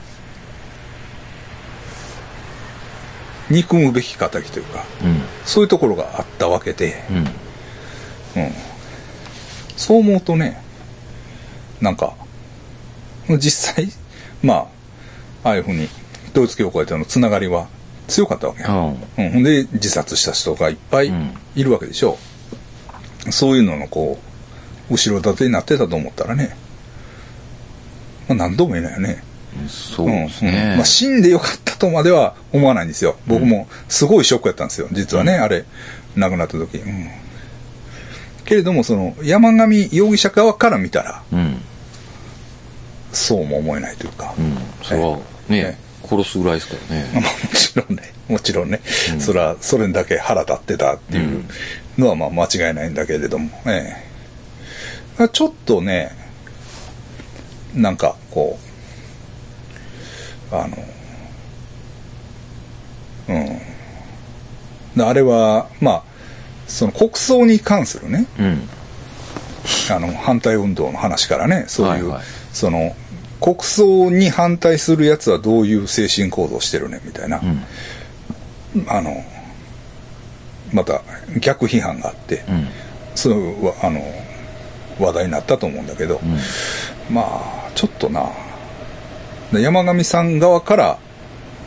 S1: 憎むべき敵というか、
S2: うん。
S1: そういうところがあったわけで、
S2: うん。
S1: うん、そう思うとねなんか実際 *laughs* まあああいうふうに統一教会とのつながりは強かったわけよ
S2: あ
S1: うん、ほんで自殺した人がいっぱい
S2: うん
S1: いるわけでしょう、そういうののこう後ろ盾になってたと思ったらね、まあ、何度も言えないよね
S2: あそうです
S1: ん
S2: ね
S1: ん。まあ、死んでよかったとまでは思わないんですよ僕もすごいショックやったんですよ実はね、あれ亡くなった時、うん、けれどもその山上容疑者側から見たら
S2: うん。
S1: そうも思えないというか、
S2: うん。それは、ね、殺すぐらいですか
S1: まあ
S2: らね。
S1: もちろんね、もちろんね、それはそれだけ腹立ってたっていうのはまあ間違いないんだけれども、ええ、まあちょっとね、なんかこう、あの、うん、あれは、まあ、その国葬に関するね、
S2: うん。
S1: あの反対運動の話からねそういう、
S2: はいはい
S1: その国葬に反対するやつはどういう精神行動してるねみたいな、
S2: うん。
S1: あのまた逆批判があって、
S2: うん。
S1: それはあの話題になったと思うんだけど、
S2: うん。
S1: まあちょっとなで山上さん側から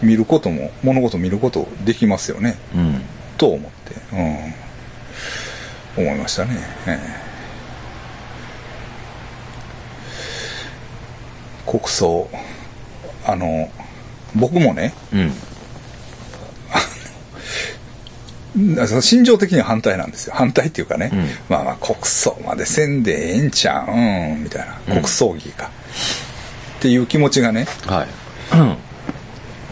S1: 見ることも物事を見ることできますよね
S2: うん。
S1: と思って、うん、思いましたね、ええ国葬あの僕もね
S2: うん。
S1: その心情的には反対なんですよ反対っていうかね、
S2: うん
S1: まあまあ国葬までせんでええんちゃうんみたいな国葬儀か、っていう気持ちがね
S2: は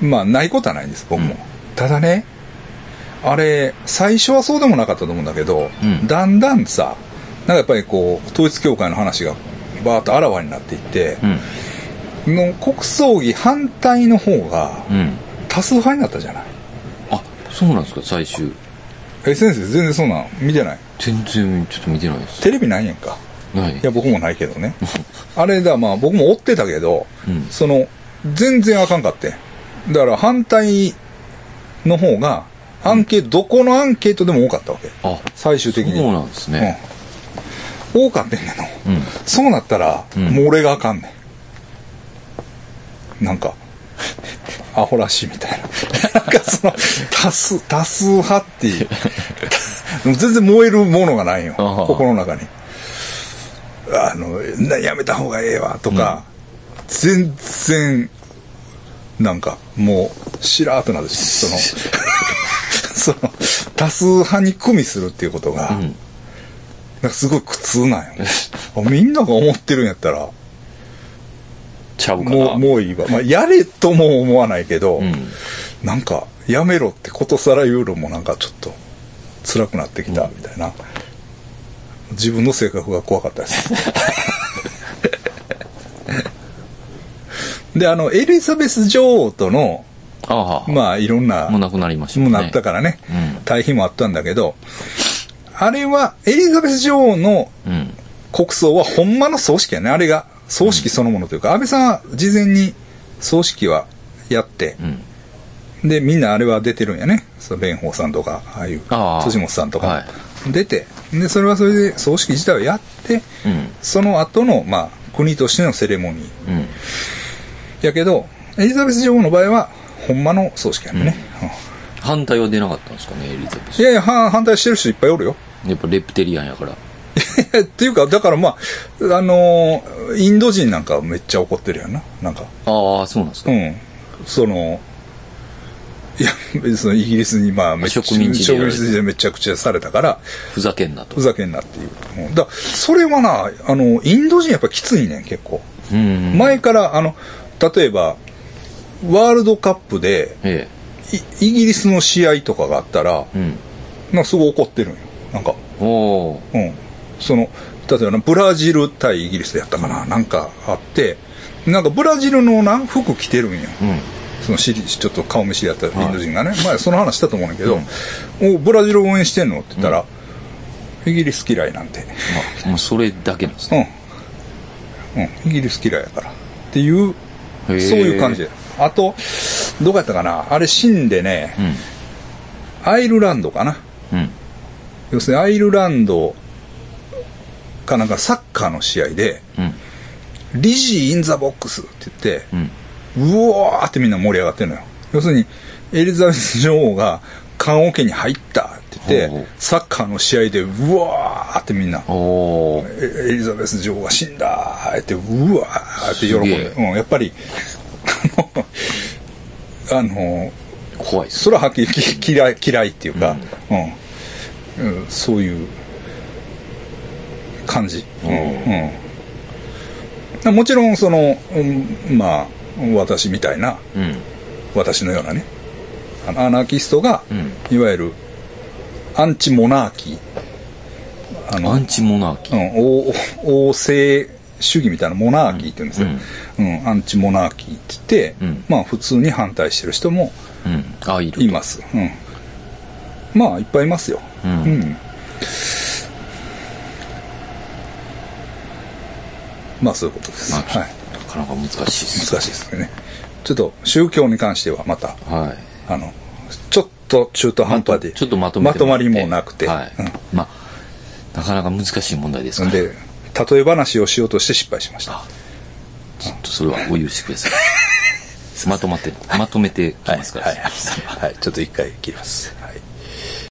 S2: い。
S1: まあないことはないんです僕も、
S2: うん
S1: ただねあれ最初はそうでもなかったと思うんだけど、
S2: うん
S1: だんだんさなんかやっぱりこう統一教会の話がバーッとあらわになっていって
S2: う、ん。
S1: の国葬儀反対の方が
S2: うん。
S1: 多数派になったじゃない
S2: あ、そうなんですか、最終。
S1: え先生全然そんなの見てない
S2: 全然、ちょっと見てないです。
S1: テレビないやんか
S2: ない。
S1: いや僕もないけどねあれだまあ僕も追ってたけど、
S2: うん
S1: その全然あかんかってだから反対の方がアンケート、どこのアンケートでも多かったわけ
S2: あ、
S1: 最終的に
S2: そうなんですね。
S1: うん、多かったんやけど、
S2: うん。
S1: そうなったら、
S2: うん
S1: もう俺があかんねんなんかアホらしいみたいな *laughs* なんかその多数多数派って
S2: *laughs*
S1: いう全然燃えるものがないよ
S2: あはは
S1: 心の中にあのなやめた方がええわとか、全然なんかもうしらーっとなってしまうその
S2: *laughs*
S1: その多数派に組みするっていうことが、
S2: うん。
S1: なんかすごい苦痛なんよ。あみんなが思ってるんやったら、
S2: ちゃうかな。
S1: もう、もういいわ。まあ、やれとも思わないけど、
S2: うん。
S1: なんか、やめろってことさら言うのもなんかちょっと、辛くなってきた、みたいな。自分の性格が怖かった
S2: *laughs*
S1: です。で、あの、エリザベス女王との、
S2: あは
S1: まあ、いろんな、
S2: もうなくなりましたね。
S1: もうなったからね、
S2: うん
S1: 対比もあったんだけど、あれは、エリザベス女王の
S2: うん。
S1: 国葬はほんまの葬式やね。あれが葬式そのものというか、安倍さんは事前に葬式はやって
S2: う、ん。
S1: で、みんなあれは出てるんやね。その蓮舫さんとか、ああいう、
S2: ああ
S1: 辻元さんとか、
S2: は
S1: 出て、で、それはそれで葬式自体をやって、
S2: うん。
S1: その後の、まあ、国としてのセレモニー。
S2: うん。
S1: やけど、エリザベス女王の場合は、ほんまの葬式やね。うん
S2: 反対は出なかったんですかね、エリザベス。
S1: いやいや、は反対してる人いっぱいおるよ。
S2: やっぱレプテリアンやから。
S1: っていうか、だからまあ、あのーインド人なんかはめっちゃ怒ってるやんな。なんか。
S2: ああ、そうなんですか。
S1: うん。その、いや、そのイギリスに、まあ、めっちゃ
S2: 植民地で
S1: 植民地でめちゃくちゃされたから、
S2: ふざけんなと
S1: ふ。ざけんなっていう。うん、だそれはな、あの、インド人やっぱきついねん、結構。
S2: うん。
S1: 前から、あの、例えば、ワールドカップで、
S2: え
S1: いイギリスの試合とかがあったら、
S2: え。うん。
S1: なんかすごい怒ってるんよ。なんか、
S2: おお。
S1: うん、その例えばなブラジル対イギリスでやったかな、なんかあってなんかブラジルのな服着てるんや
S2: うん。
S1: その知りちょっと顔見知りやったイ
S2: はい
S1: ンド人がね、前その話したと思うんだけど「おブラジル応援してんの?」って言ったら、イギリス嫌いなんて」
S2: まあ、もうそれだけなんです
S1: う
S2: ね。
S1: ん、うん、イギリス嫌いやからっていうそう
S2: へえ
S1: いう感じであとどこやったかなあれ死んでね、
S2: うん。
S1: アイルランドかな要するにアイルランドかなんかサッカーの試合で、
S2: うん。
S1: リジー・イン・ザ・ボックスって言って
S2: う、ん。
S1: うおーってみんな盛り上がってるのよ。要するに、エリザベス女王が棺桶に入ったって言っ
S2: ほうほう
S1: て、サッカーの試合で、うわーってみんな、
S2: おー。
S1: えエリザベス女王が死んだーって、うわーって喜んで、
S2: す
S1: うん、やっぱり、あの、あの、
S2: 怖いっす。
S1: それははっきりき嫌い、嫌いっていうか、うん、うんそういう感じ。うんうんもちろん、その、うんまあ、私みたいな、
S2: うん。
S1: 私のようなね、あのアナーキストが、
S2: うん
S1: いわゆる、アンチモナーキー、あの
S2: アンチモナーキー。
S1: うん、王王政主義みたいなモナーキーって言うんですよ、うんアンチモナーキーって言って、
S2: うん
S1: まあ普通に反対してる人も
S2: うん。あ、いる。
S1: います、うん、まあいっぱいいますよ、
S2: う。
S1: うんん、まあそういうことです、
S2: まあ
S1: はい、
S2: なかなか難しいっす。
S1: 難しいですねちょっと宗教に関してはまた
S2: はい。
S1: あのちょっと中途半端で、
S2: ちょっとまとめてらって
S1: まとまりもなくて
S2: はい
S1: うん。
S2: まあ、なかなか難しい問題ですから。
S1: で例え話をしようとして失敗しました
S2: あちょっとそれはお許しくださ
S1: *laughs*
S2: い。まとまって、まとめてきますから。
S1: はい、はい、ちょっと一回切ります。